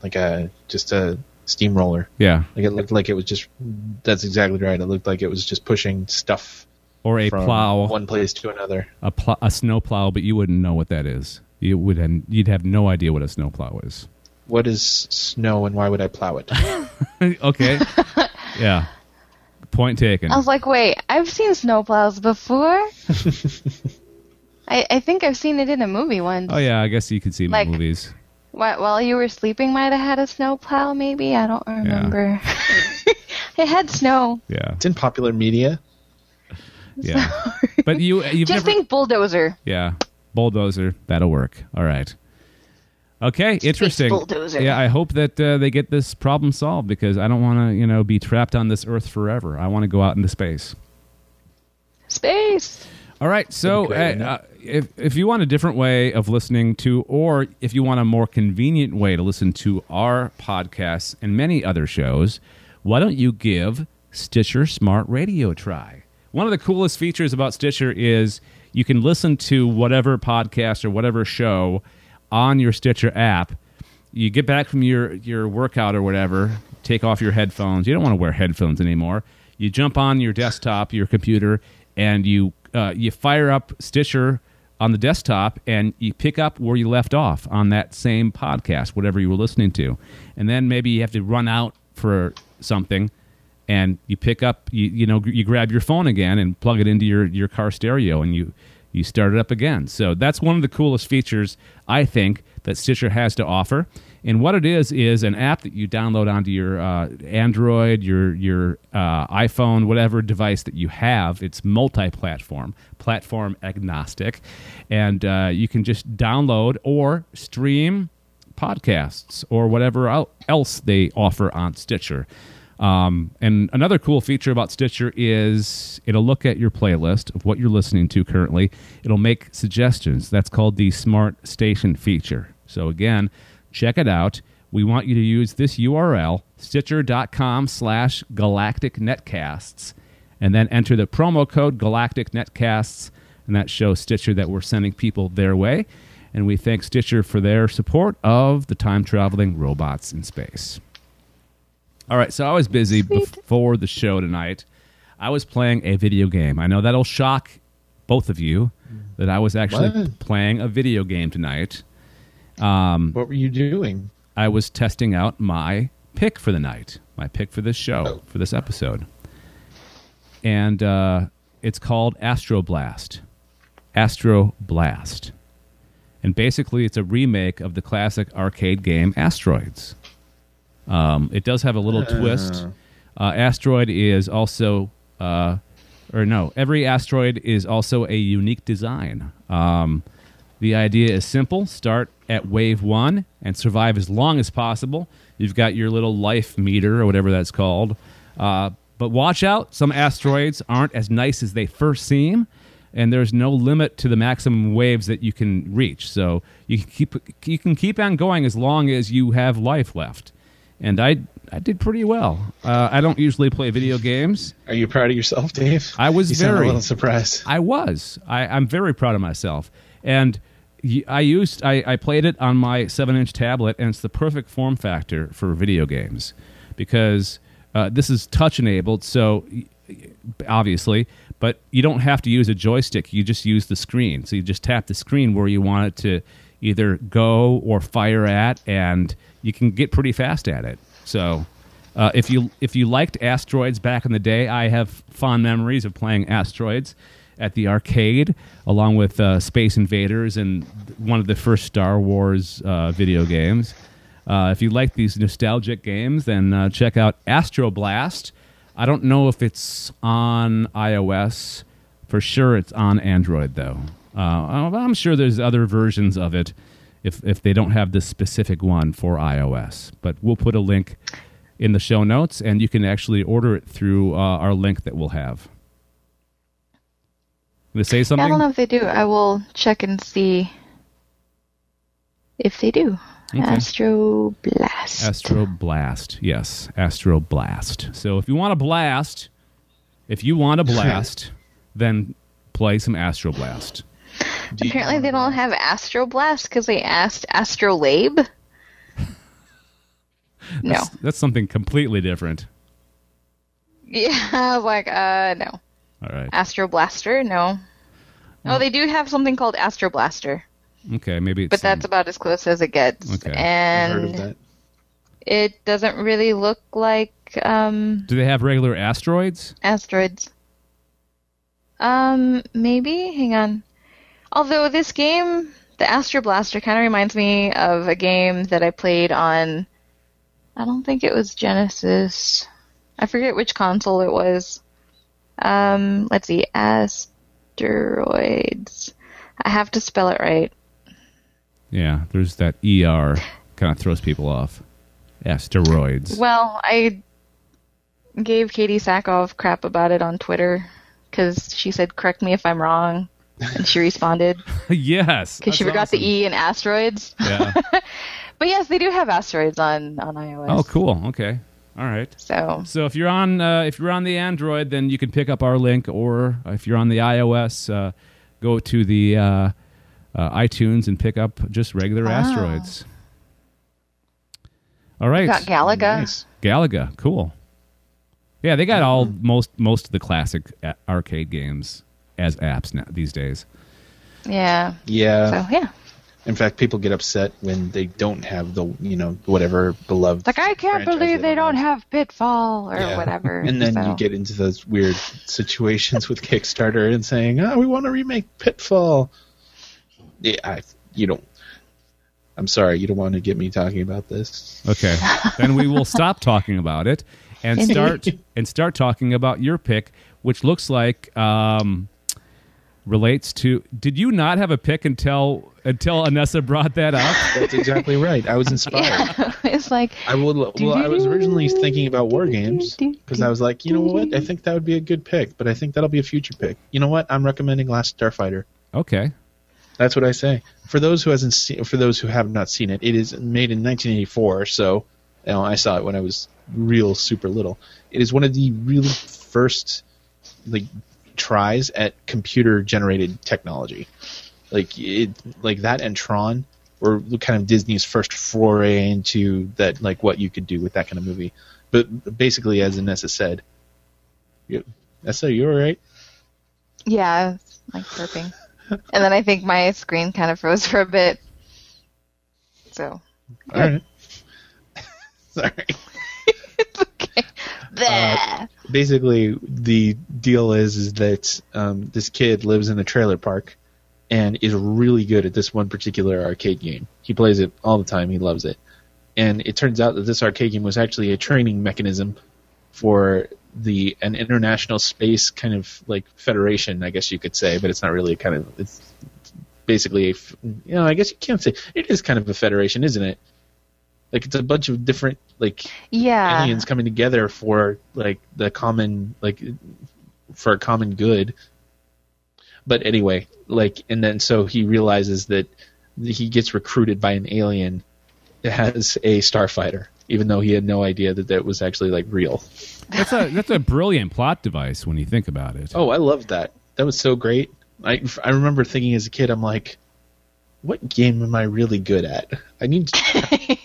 like a just a steamroller. yeah, Like it looked like it was just. That's exactly right. It looked like it was just pushing stuff or a from plow, one place to another. a, pl- a snow plow, but you wouldn't know what that is. You would have, you'd have no idea what a snow plow is. What is snow and why would I plow it? okay, yeah, point taken. I was like, wait, I've seen snowplows before. I, I think I've seen it in a movie once. oh yeah, I guess you could see my Like- movies. Wh- While you were sleeping, might have had a snowplow, maybe? I don't remember. it had snow. Yeah, It's in popular media. yeah. But you you've never Just think bulldozer. Yeah. Bulldozer. That'll work. All right. Okay. Interesting. bulldozer. Yeah. I hope that uh, they get this problem solved because I don't want to, you know, be trapped on this earth forever. I want to go out into space. Space. All right. So, Pretty uh, great, uh, if if you want a different way of listening to, or if you want a more convenient way to listen to our podcasts and many other shows, why don't you give Stitcher Smart Radio a try? One of the coolest features about Stitcher is you can listen to whatever podcast or whatever show on your Stitcher app. You get back from your your workout or whatever, take off your headphones. You don't want to wear headphones anymore. You jump on your desktop, your computer, and you uh, you fire up Stitcher on the desktop, and you pick up where you left off on that same podcast, whatever you were listening to, and then maybe you have to run out for something, and you pick up you, you know you grab your phone again and plug it into your your car stereo, and you you start it up again. So that's one of the coolest features I think that Stitcher has to offer. And what it is is an app that you download onto your uh, Android, your your uh, iPhone, whatever device that you have. It's multi-platform, platform agnostic, and uh, you can just download or stream podcasts or whatever el- else they offer on Stitcher. Um, and another cool feature about Stitcher is it'll look at your playlist of what you're listening to currently. It'll make suggestions. That's called the Smart Station feature. So again, check it out. We want you to use this URL, stitcher.com slash galactic netcasts, and then enter the promo code galactic netcasts, and that shows Stitcher that we're sending people their way. And we thank Stitcher for their support of the time traveling robots in space. All right, so I was busy before the show tonight. I was playing a video game. I know that'll shock both of you that I was actually What? playing a video game tonight. Hmm. What were you doing? I was testing out my pick for the night, my pick for this show, for this episode. And uh, it's called Astro Blast. Astro Blast. And basically, it's a remake of the classic arcade game Asteroids. Um, it does have a little twist. Uh, asteroid is also, uh, or no, every asteroid is also a unique design. Um, the idea is simple start at wave one and survive as long as possible. You've got your little life meter or whatever that's called. Uh, but watch out, some asteroids aren't as nice as they first seem, and there's no limit to the maximum waves that you can reach. So you can keep, you can keep on going as long as you have life left. And I, I did pretty well. Uh, I don't usually play video games. Are you proud of yourself, Dave? I was you sound a very- little surprised. I was. I, I'm very proud of myself. And y- I used. I, I played it on my seven-inch tablet, and it's the perfect form factor for video games because uh, this is touch-enabled. So y- y- obviously, but you don't have to use a joystick. You just use the screen. So you just tap the screen where you want it to either go or fire at, and you can get pretty fast at it. So. Uh, if you if you liked asteroids back in the day, I have fond memories of playing asteroids at the arcade, along with uh, Space Invaders and one of the first Star Wars uh, video games. Uh, if you like these nostalgic games, then uh, check out Astro Blast. I don't know if it's on iOS. For sure, it's on Android though. Uh, I'm I'm sure there's other versions of it if if they don't have this specific one for iOS. But we'll put a link in the show notes, and you can actually order it through uh, our link that we'll have. They say something. I don't know if they do. I will check and see if they do. Okay. Astro Blast. Astro Blast. Yes, Astro Blast. So if you want a blast, if you want a blast, then play some Astro Blast. Do you- Apparently, they don't have Astro Blast because they asked Astrolabe. no. That's, that's something completely different. Yeah, I was like, uh, no. All right. Astro Blaster, no. Oh, they do have something called Astro Blaster, Okay, maybe it's but that's about as close as it gets. Okay. I heard of And that. it doesn't really look like um, Do they have regular asteroids? asteroids. Um, maybe? Hang on. Although this game, the Astro Blaster, kind of reminds me of a game that I played on. I don't think it was Genesis. I forget which console it was. Um, let's see. Asteroids. I have to spell it right. Yeah, there's that ER kind of throws people off. Asteroids. Well, I gave Katie Sackhoff crap about it on Twitter because she said, correct me if I'm wrong. And she responded. yes. because she that's forgot awesome. the E in asteroids. Yeah. But yes, they do have asteroids on on iOS. Oh, cool. Okay. All right. So So if you're on uh, if you're on the Android, then you can pick up our link, or if you're on the iOS, uh, go to the uh, uh, iTunes and pick up just regular Ah. asteroids. All right, we got Galaga. Nice. Galaga, cool. Yeah, they got all most most of the classic a- arcade games as apps now, these days. Yeah. Yeah. So yeah, In fact, people get upset when they don't have the you know whatever beloved. like I can't franchise believe they don't own. have Pitfall or Yeah. whatever. And then so. you get into those weird situations with Kickstarter and "Ah, saying, "Oh, we want to remake Pitfall." Yeah, I, you don't. I'm sorry, you don't want to get me talking about this. Okay. then we will stop talking about it and start and start talking about your pick, which looks like um, relates to. Did you not have a pick until until Anessa brought that up? That's exactly right. I was inspired. it's like I would. Well, I was originally thinking about war games because I was like, you know what? I think that would be a good pick, but I think that'll be a future pick. You know what? I'm recommending Last Starfighter. Okay. That's what I say. For those who hasn't seen, for those who have not seen it, it is made in 1984. So, you know, I saw it when I was real super little. It is one of the really first like tries at computer generated technology. Like it, like that and Tron were kind of Disney's first foray into that, like what you could do with that kind of movie. But basically, as Anessa said, you, Anessa, you all right? yeah, it's like burping. and then I think my screen kind of froze for a bit. So All right. Sorry. it's okay. Uh, Bleh. basically the deal is is that um, this kid lives in a trailer park and is really good at this one particular arcade game. He plays it all the time. He loves it. And it turns out that this arcade game was actually a training mechanism for the an international space kind of like federation, I guess you could say, but it's not really a kind of it's basically a f- you know I guess you can't say it is kind of a federation, isn't it? Like it's a bunch of different like yeah. aliens coming together for like the common like for a common good. But anyway, like and then so he realizes that he gets recruited by an alien as a starfighter, even though he had no idea that that was actually like real. That's a that's a brilliant plot device when you think about it. Oh, I loved that. That was so great. I I remember thinking as a kid, I'm like, what game am I really good at? I need to somewhere.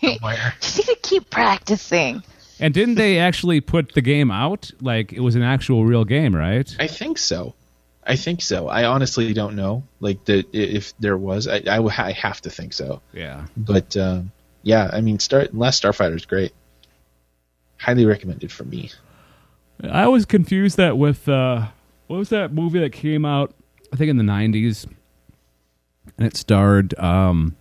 You need to keep practicing. And didn't they actually put the game out? Like it was an actual real game, right? I think so. I think so. I honestly don't know. Like the i- if there was, I I, would- I have to think so. Yeah. But um, yeah, I mean, start Last Starfighter is great. Highly recommended for me. I was confused that with uh, what was that movie that came out? I think in the '90s, and it starred um, um,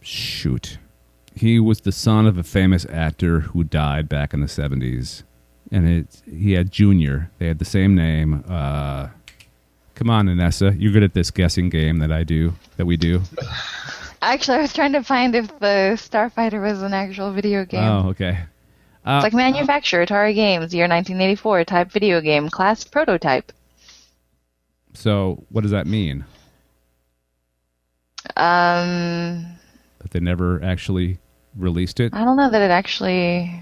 shoot, he was the son of a famous actor who died back in the '70s, and it he had Junior. They had the same name. Uh, come on, Anessa, you're good at this guessing game that I do that we do. Actually, I was trying to find if the Starfighter was an actual video game. Oh, okay. It's like manufacturer Atari Games, year 1984, type video game, class prototype. So what does that mean? Um, That they never actually released it? I don't know that it actually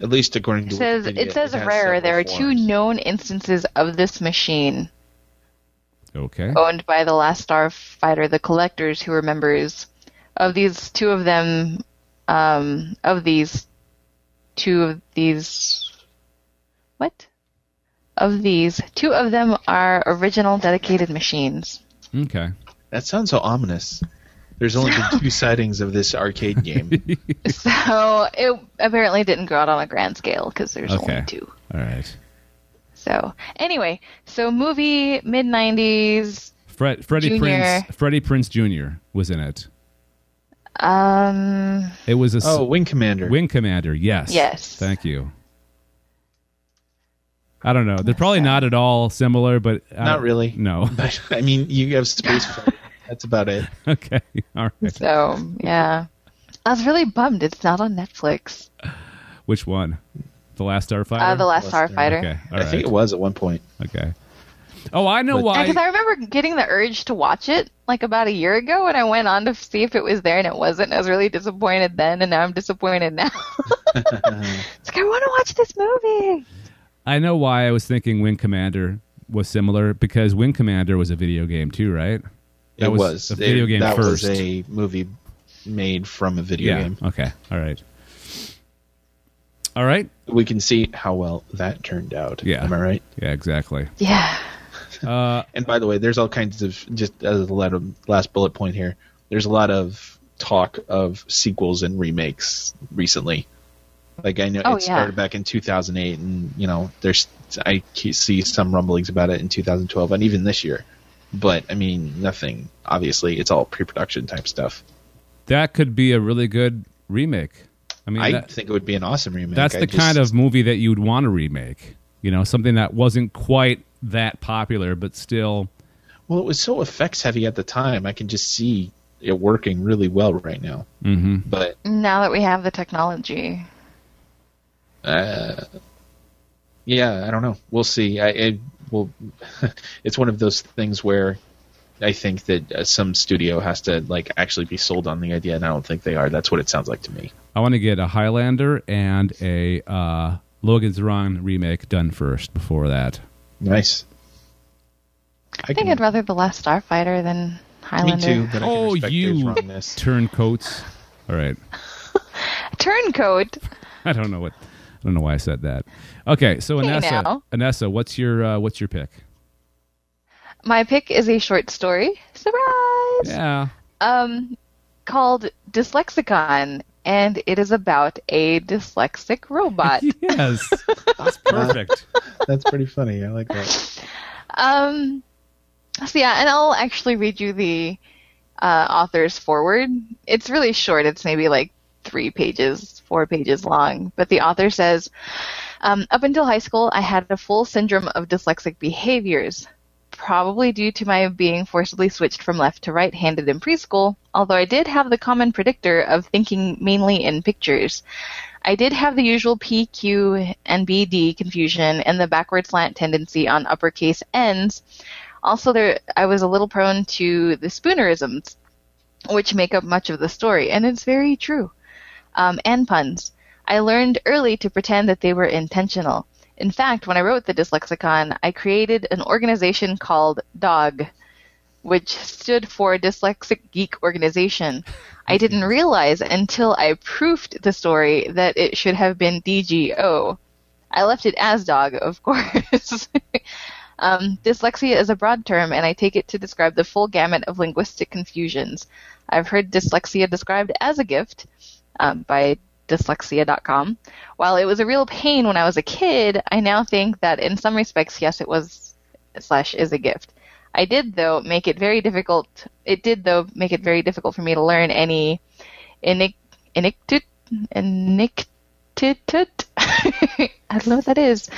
At least according to it says. Wikipedia, It says has rare. several There are two forms. known instances of this machine Okay. owned by the last Starfighter, the collectors who were members of these two of them. Um, of these two of these, what? Of these, two of them are original dedicated machines. Okay. That sounds so ominous. There's only been two sightings of this arcade game. So it apparently didn't go out on a grand scale because there's Okay. only two. All right. So anyway, so movie mid '90s. Fred, Freddie Junior. Prince Freddie Prince Jr. was in it. Um, It was a s- Oh, Wing Commander. wing commander. Yes. Yes. Thank you. I don't know. They're probably not at all similar, but uh, Not really. No. But I mean, you have space. for it. That's about it. okay. All right. so yeah, I was really bummed it's not on Netflix. Which one? The Last Starfighter. Uh, the Last Last Starfighter. Okay. All I right. think it was at one point. okay. Oh, I know But- why. Because I remember getting the urge to watch it like about a year ago, and I went on to see if it was there, and it wasn't. I was really disappointed then, and now I'm disappointed now. it's like I want to watch this movie. I know why I was thinking Wing Commander was similar because Wing Commander was a video game too, right? That it was, was a video It- game that first. was a movie made from a video yeah. game. Okay. All right. All right. We can see how well that turned out. Yeah. Am I right? Yeah. Exactly. Yeah. And by the way, there's all kinds of just as a lot of last bullet point here. There's a lot of talk of sequels and remakes recently. Like I know Oh, it yeah. started back in 2008, and you know there's I ke- see some rumblings about it in 2012, and even this year. But I mean, nothing. Obviously, it's all pre-production type stuff. That could be a really good remake. I mean, I that- think it would be an awesome remake. that's I the just- kind of movie that you'd want to remake. You know, something that wasn't quite that popular, but still. well, it was so effects heavy at the time. I can just see it working really well right now. Mm-hmm. But Now that we have the technology, uh, yeah, I don't know. We'll see. I, I will. it's one of those things where I think that uh, some studio has to like actually be sold on the idea, and I don't think they are. That's what it sounds like to me. I want to get a Highlander and a uh, Logan's Run remake done first before that. Nice. I think I'd rather the Last Starfighter than me Highlander. too, but I can Oh, respect you- his wrongness. Turncoats. All right. Turncoat. I don't know what. I don't know why I said that. Okay, so Hey, Anessa, now. Anessa, what's your uh, what's your pick? My pick is a short story. Surprise! Yeah, um, called Dyslexicon, and it is about a dyslexic robot. yes, that's perfect. That's pretty funny. I like that. um, so yeah, and I'll actually read you the uh, author's forward. It's really short. It's maybe like three pages, four pages long. But the author says, um, up until high school, I had a full syndrome of dyslexic behaviors. Probably due to my being forcibly switched from left to right handed in preschool, although I did have the common predictor of thinking mainly in pictures. I did have the usual P, Q, and B, D confusion and the backward slant tendency on uppercase N's. Also, there I was a little prone to the spoonerisms, which make up much of the story, and it's very true. Um, and puns. I learned early to pretend that they were intentional. In fact, when I wrote the Dyslexicon, I created an organization called DOG, which stood for Dyslexic Geek Organization. I didn't realize until I proofed the story that it should have been DGO. I left it as dog, of course. um, dyslexia is a broad term, and I take it to describe the full gamut of linguistic confusions. I've heard dyslexia described as a gift um, by dyslexia.com. While it was a real pain when I was a kid, I now think that in some respects, yes, it was slash is a gift. I did though make it very difficult. It did though make it very difficult for me to learn any inic inictit inictitit. I don't know what that is.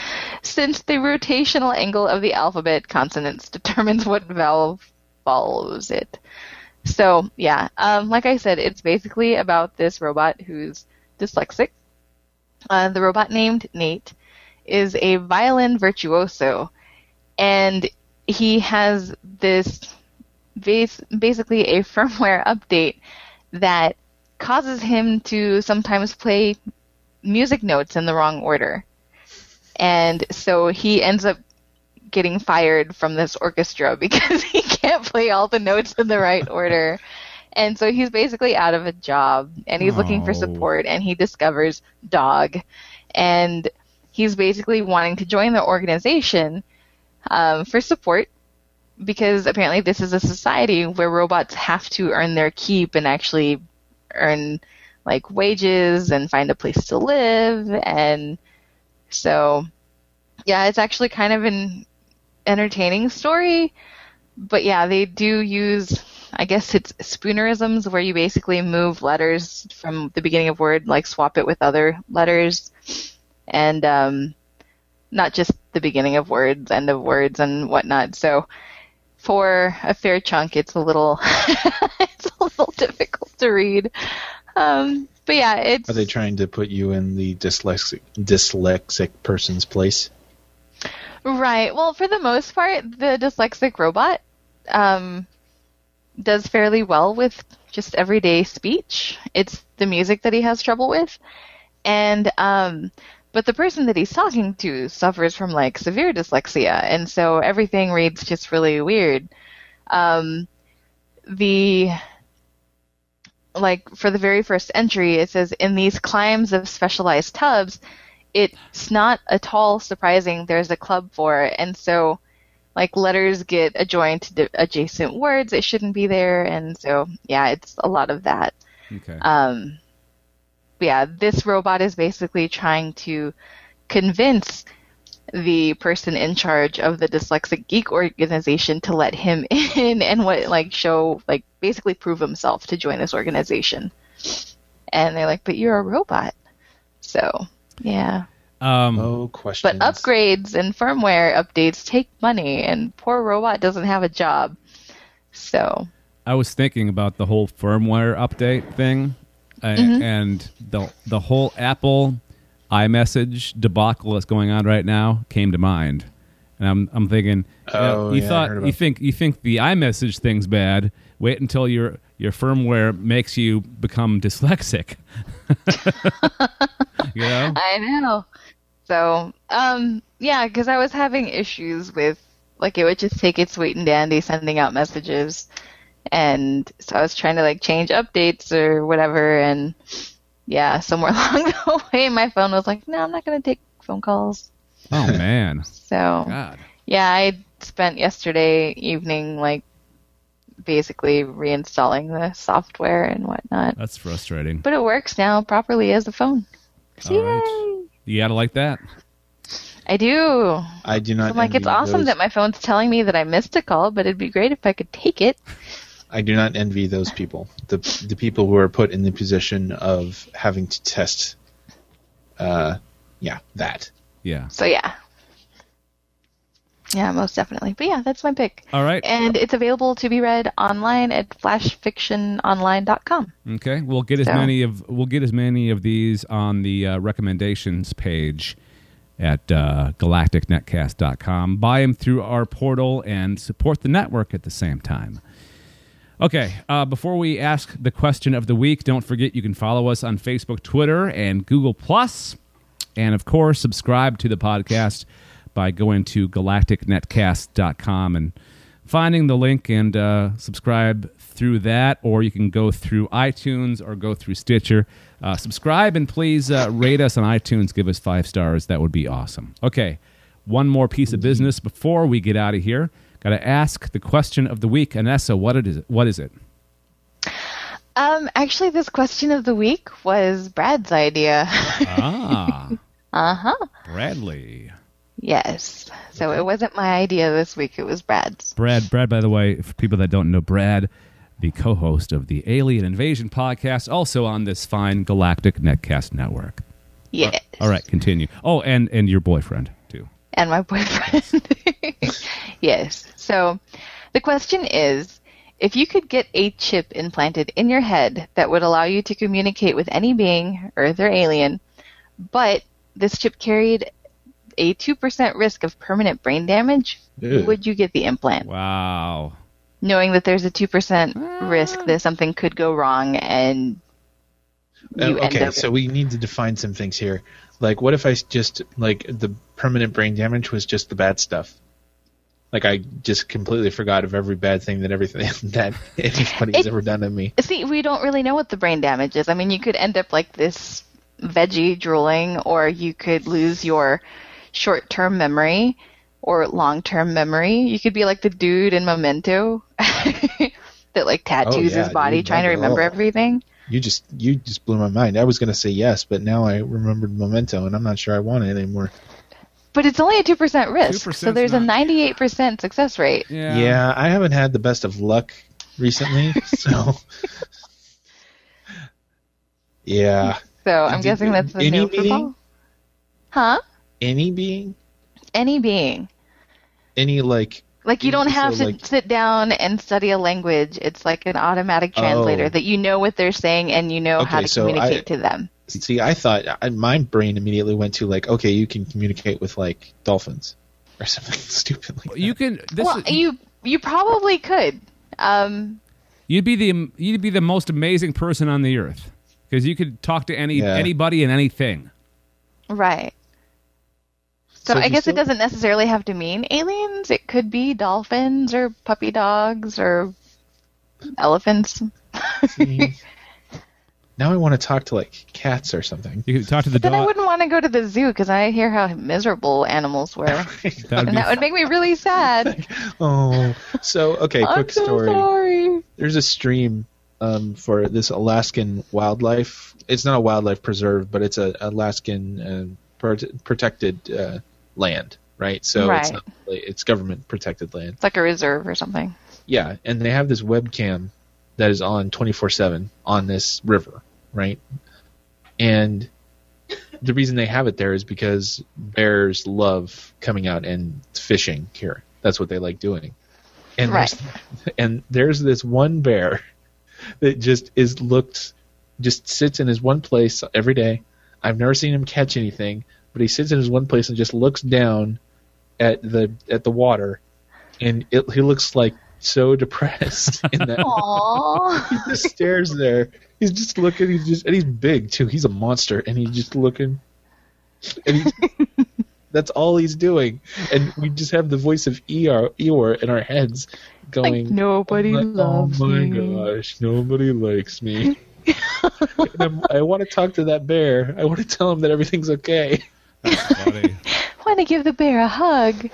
Since the rotational angle of the alphabet consonants determines what vowel follows it. So yeah, um, like I said, it's basically about this robot who's dyslexic. Uh, the robot named Nate is a violin virtuoso, and he has this base, basically a firmware update that causes him to sometimes play music notes in the wrong order. And so he ends up getting fired from this orchestra because he can't play all the notes in the right order. And so he's basically out of a job and he's looking Oh. for support and he discovers Dog. And he's basically wanting to join the organization um, for support because apparently this is a society where robots have to earn their keep and actually earn like wages and find a place to live and so yeah it's actually kind of an entertaining story but yeah they do use i guess it's spoonerisms where you basically move letters from the beginning of word like swap it with other letters and um, not just the beginning of words end of words and whatnot so for a fair chunk it's a little it's a little difficult to read um, but yeah it's Are they trying to put you in the dyslexic dyslexic person's place? Right. Well, for the most part, the dyslexic robot um, does fairly well with just everyday speech. It's the music that he has trouble with, and um, but the person that he's talking to suffers from like severe dyslexia, and so everything reads just really weird. Um, the like for the very first entry, it says in these climbs of specialized tubs it's not at all surprising there's a club for it and so like letters get adjoined to di- adjacent words it shouldn't be there and so yeah it's a lot of that Okay. Uh, um, yeah, this robot is basically trying to convince the person in charge of the dyslexic geek organization to let him in and what like show like basically prove himself to join this organization and they're like but you're a robot so yeah Um, Oh, questions. but upgrades and firmware updates take money and poor robot doesn't have a job so I was thinking about the whole firmware update thing, a- Mm-hmm. and the the whole Apple iMessage debacle that's going on right now came to mind, and I'm I'm thinking, you, know, Oh, you yeah, I heard thought about you that. think you think the iMessage thing's bad. Wait until your your firmware makes you become dyslexic. you know, I know. So, um, yeah, because I was having issues with like it would just take its sweet and dandy sending out messages, and so I was trying to like change updates or whatever, and yeah, somewhere along the way, my phone was like, "No, I'm not gonna take phone calls." oh man, So, God, yeah, I spent yesterday evening like basically reinstalling the software and whatnot, that's frustrating. but it works now properly as a phone. So, All right. yay! You gotta like that. I do. I do not. I'm like, envy it's awesome those- that my phone's telling me that I missed a call, but it'd be great if I could take it. I do not envy those people. The the people who are put in the position of having to test. Uh, yeah, that. Yeah. So yeah, yeah, most definitely. But yeah, that's my pick, All right. and it's available to be read online at flashfictiononline.com. Okay, we'll get as So- many of we'll get as many of these on the uh, recommendations page at uh, galacticnetcast.com. Buy them through our portal and support the network at the same time. Okay, uh, before we ask the question of the week, don't forget you can follow us on Facebook, Twitter, and Google Plus, and of course subscribe to the podcast by going to galacticnetcast.com and finding the link and uh, subscribe through that, or you can go through iTunes or go through Stitcher. Uh, subscribe and please uh, rate us on iTunes. Give us five stars. That would be awesome. Okay, one more piece of business before we get out of here. Got to ask the question of the week, Anessa. What it is? What is it? Um, actually, this question of the week was Brad's idea. Ah, uh Uh-huh. huh. Bradley. yes, so it wasn't my idea this week; it was Brad's. Brad, Brad, by the way, for people that don't know, Brad, the co host of the Alien Invasion podcast, also on this fine Galactic Netcast network. Yes. All right, continue. Oh, and, and your boyfriend, too. and my boyfriend. yes. So the question is if you could get a chip implanted in your head that would allow you to communicate with any being, Earth or alien, but this chip carried a 2% risk of permanent brain damage, Ew. would you get the implant? Wow. Knowing that there's a 2% Uh. risk that something could go wrong and Uh, you end okay, up. so we need to define some things here. Like, what if I s- just like the permanent brain damage was just the bad stuff? Like, I just completely forgot of every bad thing that everything that It- anybody's ever done to me. See, we don't really know what the brain damage is. I mean, you could end up like this veggie drooling, or you could lose your short term memory or long term memory. You could be like the dude in Memento that like tattoos Oh, yeah, his body dude, Oh. trying to not at remember all. everything. You just you just blew my mind. I was gonna say yes, but now I remembered Memento, and I'm not sure I want it anymore. But it's only a 2% risk. 2% 's So there's a not- 98% success rate. Yeah. Yeah. I haven't had the best of luck recently, so yeah. So I'm Did- guessing that's the any new being? football. Huh? Any being, Any being. any like Like you Yeah, don't have so, to like- sit down and study a language. It's like an automatic translator Oh. that you know what they're saying and you know how Okay, to so I- communicate to them. See, I thought I, my brain immediately went to like, okay, you can communicate with like dolphins or something stupid like that. You can. This well, is- you you probably could. Um, you'd be the you'd be the most amazing person on the earth because you could talk to any Yeah. anybody and anything. right. So, So I you guess still- it doesn't necessarily have to mean aliens. It could be dolphins or puppy dogs or elephants. now I want to talk to like cats or something. You could talk to the Then I dog. wouldn't want to go to the zoo because I hear how miserable animals were, That would and be that would make me really sad. Oh, so okay, I'm quick so story. sorry. There's a stream um, for this Alaskan wildlife. It's not a wildlife preserve, but it's a Alaskan uh, pro- um, protected uh, land, right? So it's Right. not, really- it's government protected land. It's like a reserve or something. Yeah, and they have this webcam that is on 24/7 on this river, right? And the reason they have it there is because bears love coming out and fishing here. That's what they like doing. And Right. there's, and there's this one bear that just is looked just sits in his one place every day. I've never seen him catch anything, but he sits in his one place and just looks down at the at the water and it, he looks like so depressed in that Aww. he just stares there. He's just looking. He's just and he's big too. He's a monster, and he's just looking. And he's, that's all he's doing. And we just have the voice of Eeyore, Eeyore in our heads, going. like nobody like, loves oh my me. gosh, nobody likes me. And I'm- I want to talk to that bear. I want to tell him that everything's okay. Funny. Want to give the bear a hug?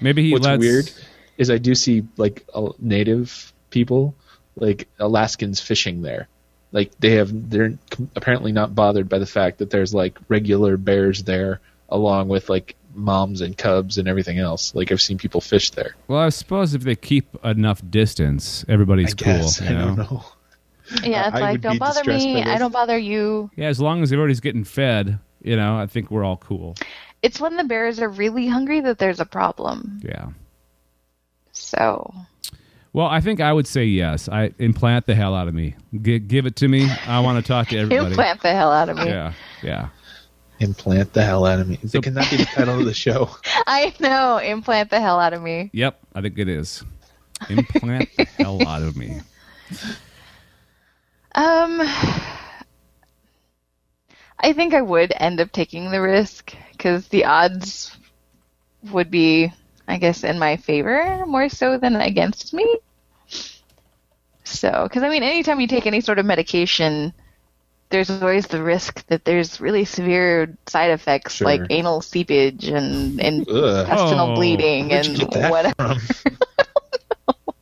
Maybe he What's lets. weird is I do see like al- native people, like Alaskans fishing there. Like they have, they're com- apparently not bothered by the fact that there's like regular bears there, along with like moms and cubs and everything else. Like I've seen people fish there. Well, I suppose if they keep enough distance, everybody's I cool. guess you I don't know? know. Yeah, it's I like would don't be bother distressed by me. I this. don't bother you. Yeah, as long as everybody's getting fed, you know, I think we're all cool. It's when the bears are really hungry that there's a problem. Yeah. So Well, I think I would say yes. I implant the hell out of me. G- give it to me. I want to talk to everybody. implant the hell out of me. Yeah, yeah. Implant the hell out of me. So- It cannot be the title of the show. I know. Implant the hell out of me. Yep, I think it is. Implant the hell out of me. Um, I think I would end up taking the risk because the odds would be, I guess, in my favor more so than against me. So, because I mean, anytime you take any sort of medication, there's always the risk that there's really severe side effects Sure. like anal seepage and, and Ugh. intestinal Oh, bleeding where'd you and get that whatever. from?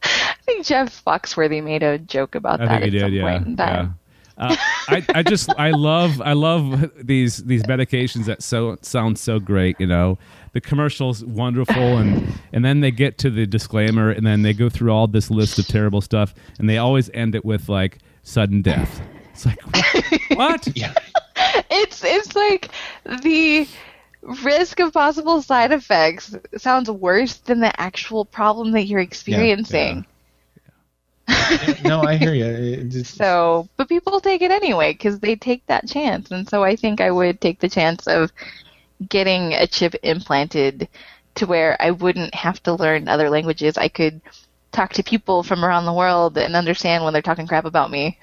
I think Jeff Foxworthy made a joke about I that think he at some did. Yeah, point in yeah. time. Uh, I, I just I love I love these these medications that so sound so great. You know, the commercials wonderful, and and then they get to the disclaimer, and then they go through all this list of terrible stuff, and they always end it with like sudden death. It's like what? what? Yeah. it's it's like the risk of possible side effects sounds worse than the actual problem that you're experiencing. No, I hear you. It's, So, but people take it anyway because they take that chance, and so I think I would take the chance of getting a chip implanted to where I wouldn't have to learn other languages. I could talk to people from around the world and understand when they're talking crap about me.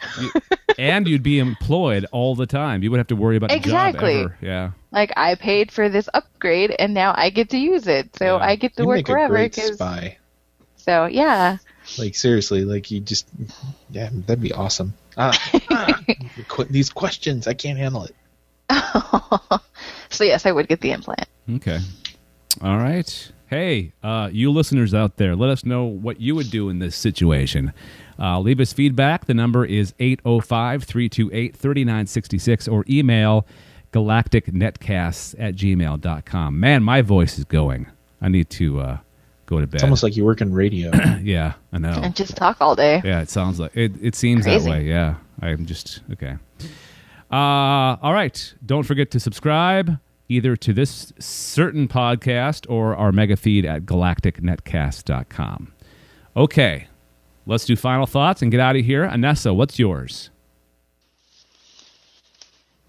And you'd be employed all the time. You would have to worry about Exactly. your job ever. Yeah. Like I paid for this upgrade and now I get to use it. So Yeah. I get to you work make a wherever great 'cause- spy. so yeah. Like seriously, like you just, yeah, that'd be awesome. Ah, ah, qu- these questions, I can't handle it. so yes, I would get the implant. Okay. All right. Hey, uh, you listeners out there, let us know what you would do in this situation. Uh, leave us feedback. The number is 805 328 3966 or email galacticnetcasts at gmail.com. Man, my voice is going. I need to uh, go to bed. It's almost like you work in radio. yeah, I know. And just talk all day. Yeah, it sounds like it, it seems that Crazy. way. Yeah, I'm just okay. Uh, all right. Don't forget to subscribe either to this certain podcast or our mega feed at galacticnetcast.com. Okay, let's do final thoughts and get out of here. Anessa, what's yours?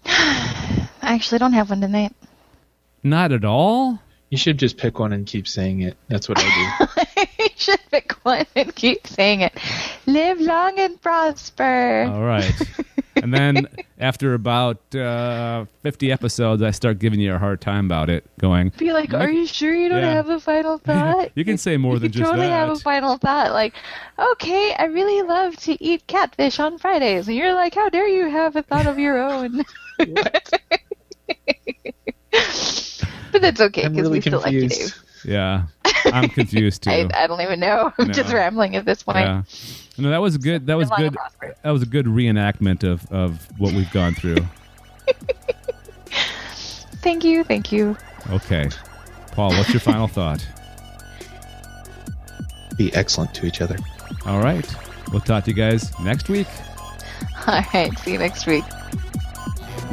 I actually don't have one tonight. Not at all. you should just pick one and keep saying it. That's what I do. you should pick one and keep saying it. Live long and prosper. All right. and then after about uh, 50 episodes, I start giving you a hard time about it, going, Be like, are you sure you don't Yeah. have a final thought? you can say more You than could just totally that. have a final thought, like, okay, I really love to eat catfish on Fridays, and you're like, how dare you have a thought of your own? but that's okay I'm because really we still like you, confused. Dave. yeah, I'm confused too. I, I don't even know. I'm No. just rambling at this point. Yeah. No, that was good. That was Lion good. Prosper. That was a good reenactment of of what we've gone through. Thank you, thank you. Okay. Paul, what's your final thought? Be excellent to each other. All right. We'll talk to you guys next week. All right. See you next week.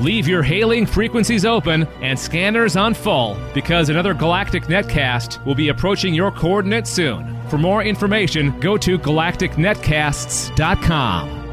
Leave your hailing frequencies open and scanners on full because another Galactic Netcast will be approaching your coordinates soon. For more information, go to galacticnetcasts.com.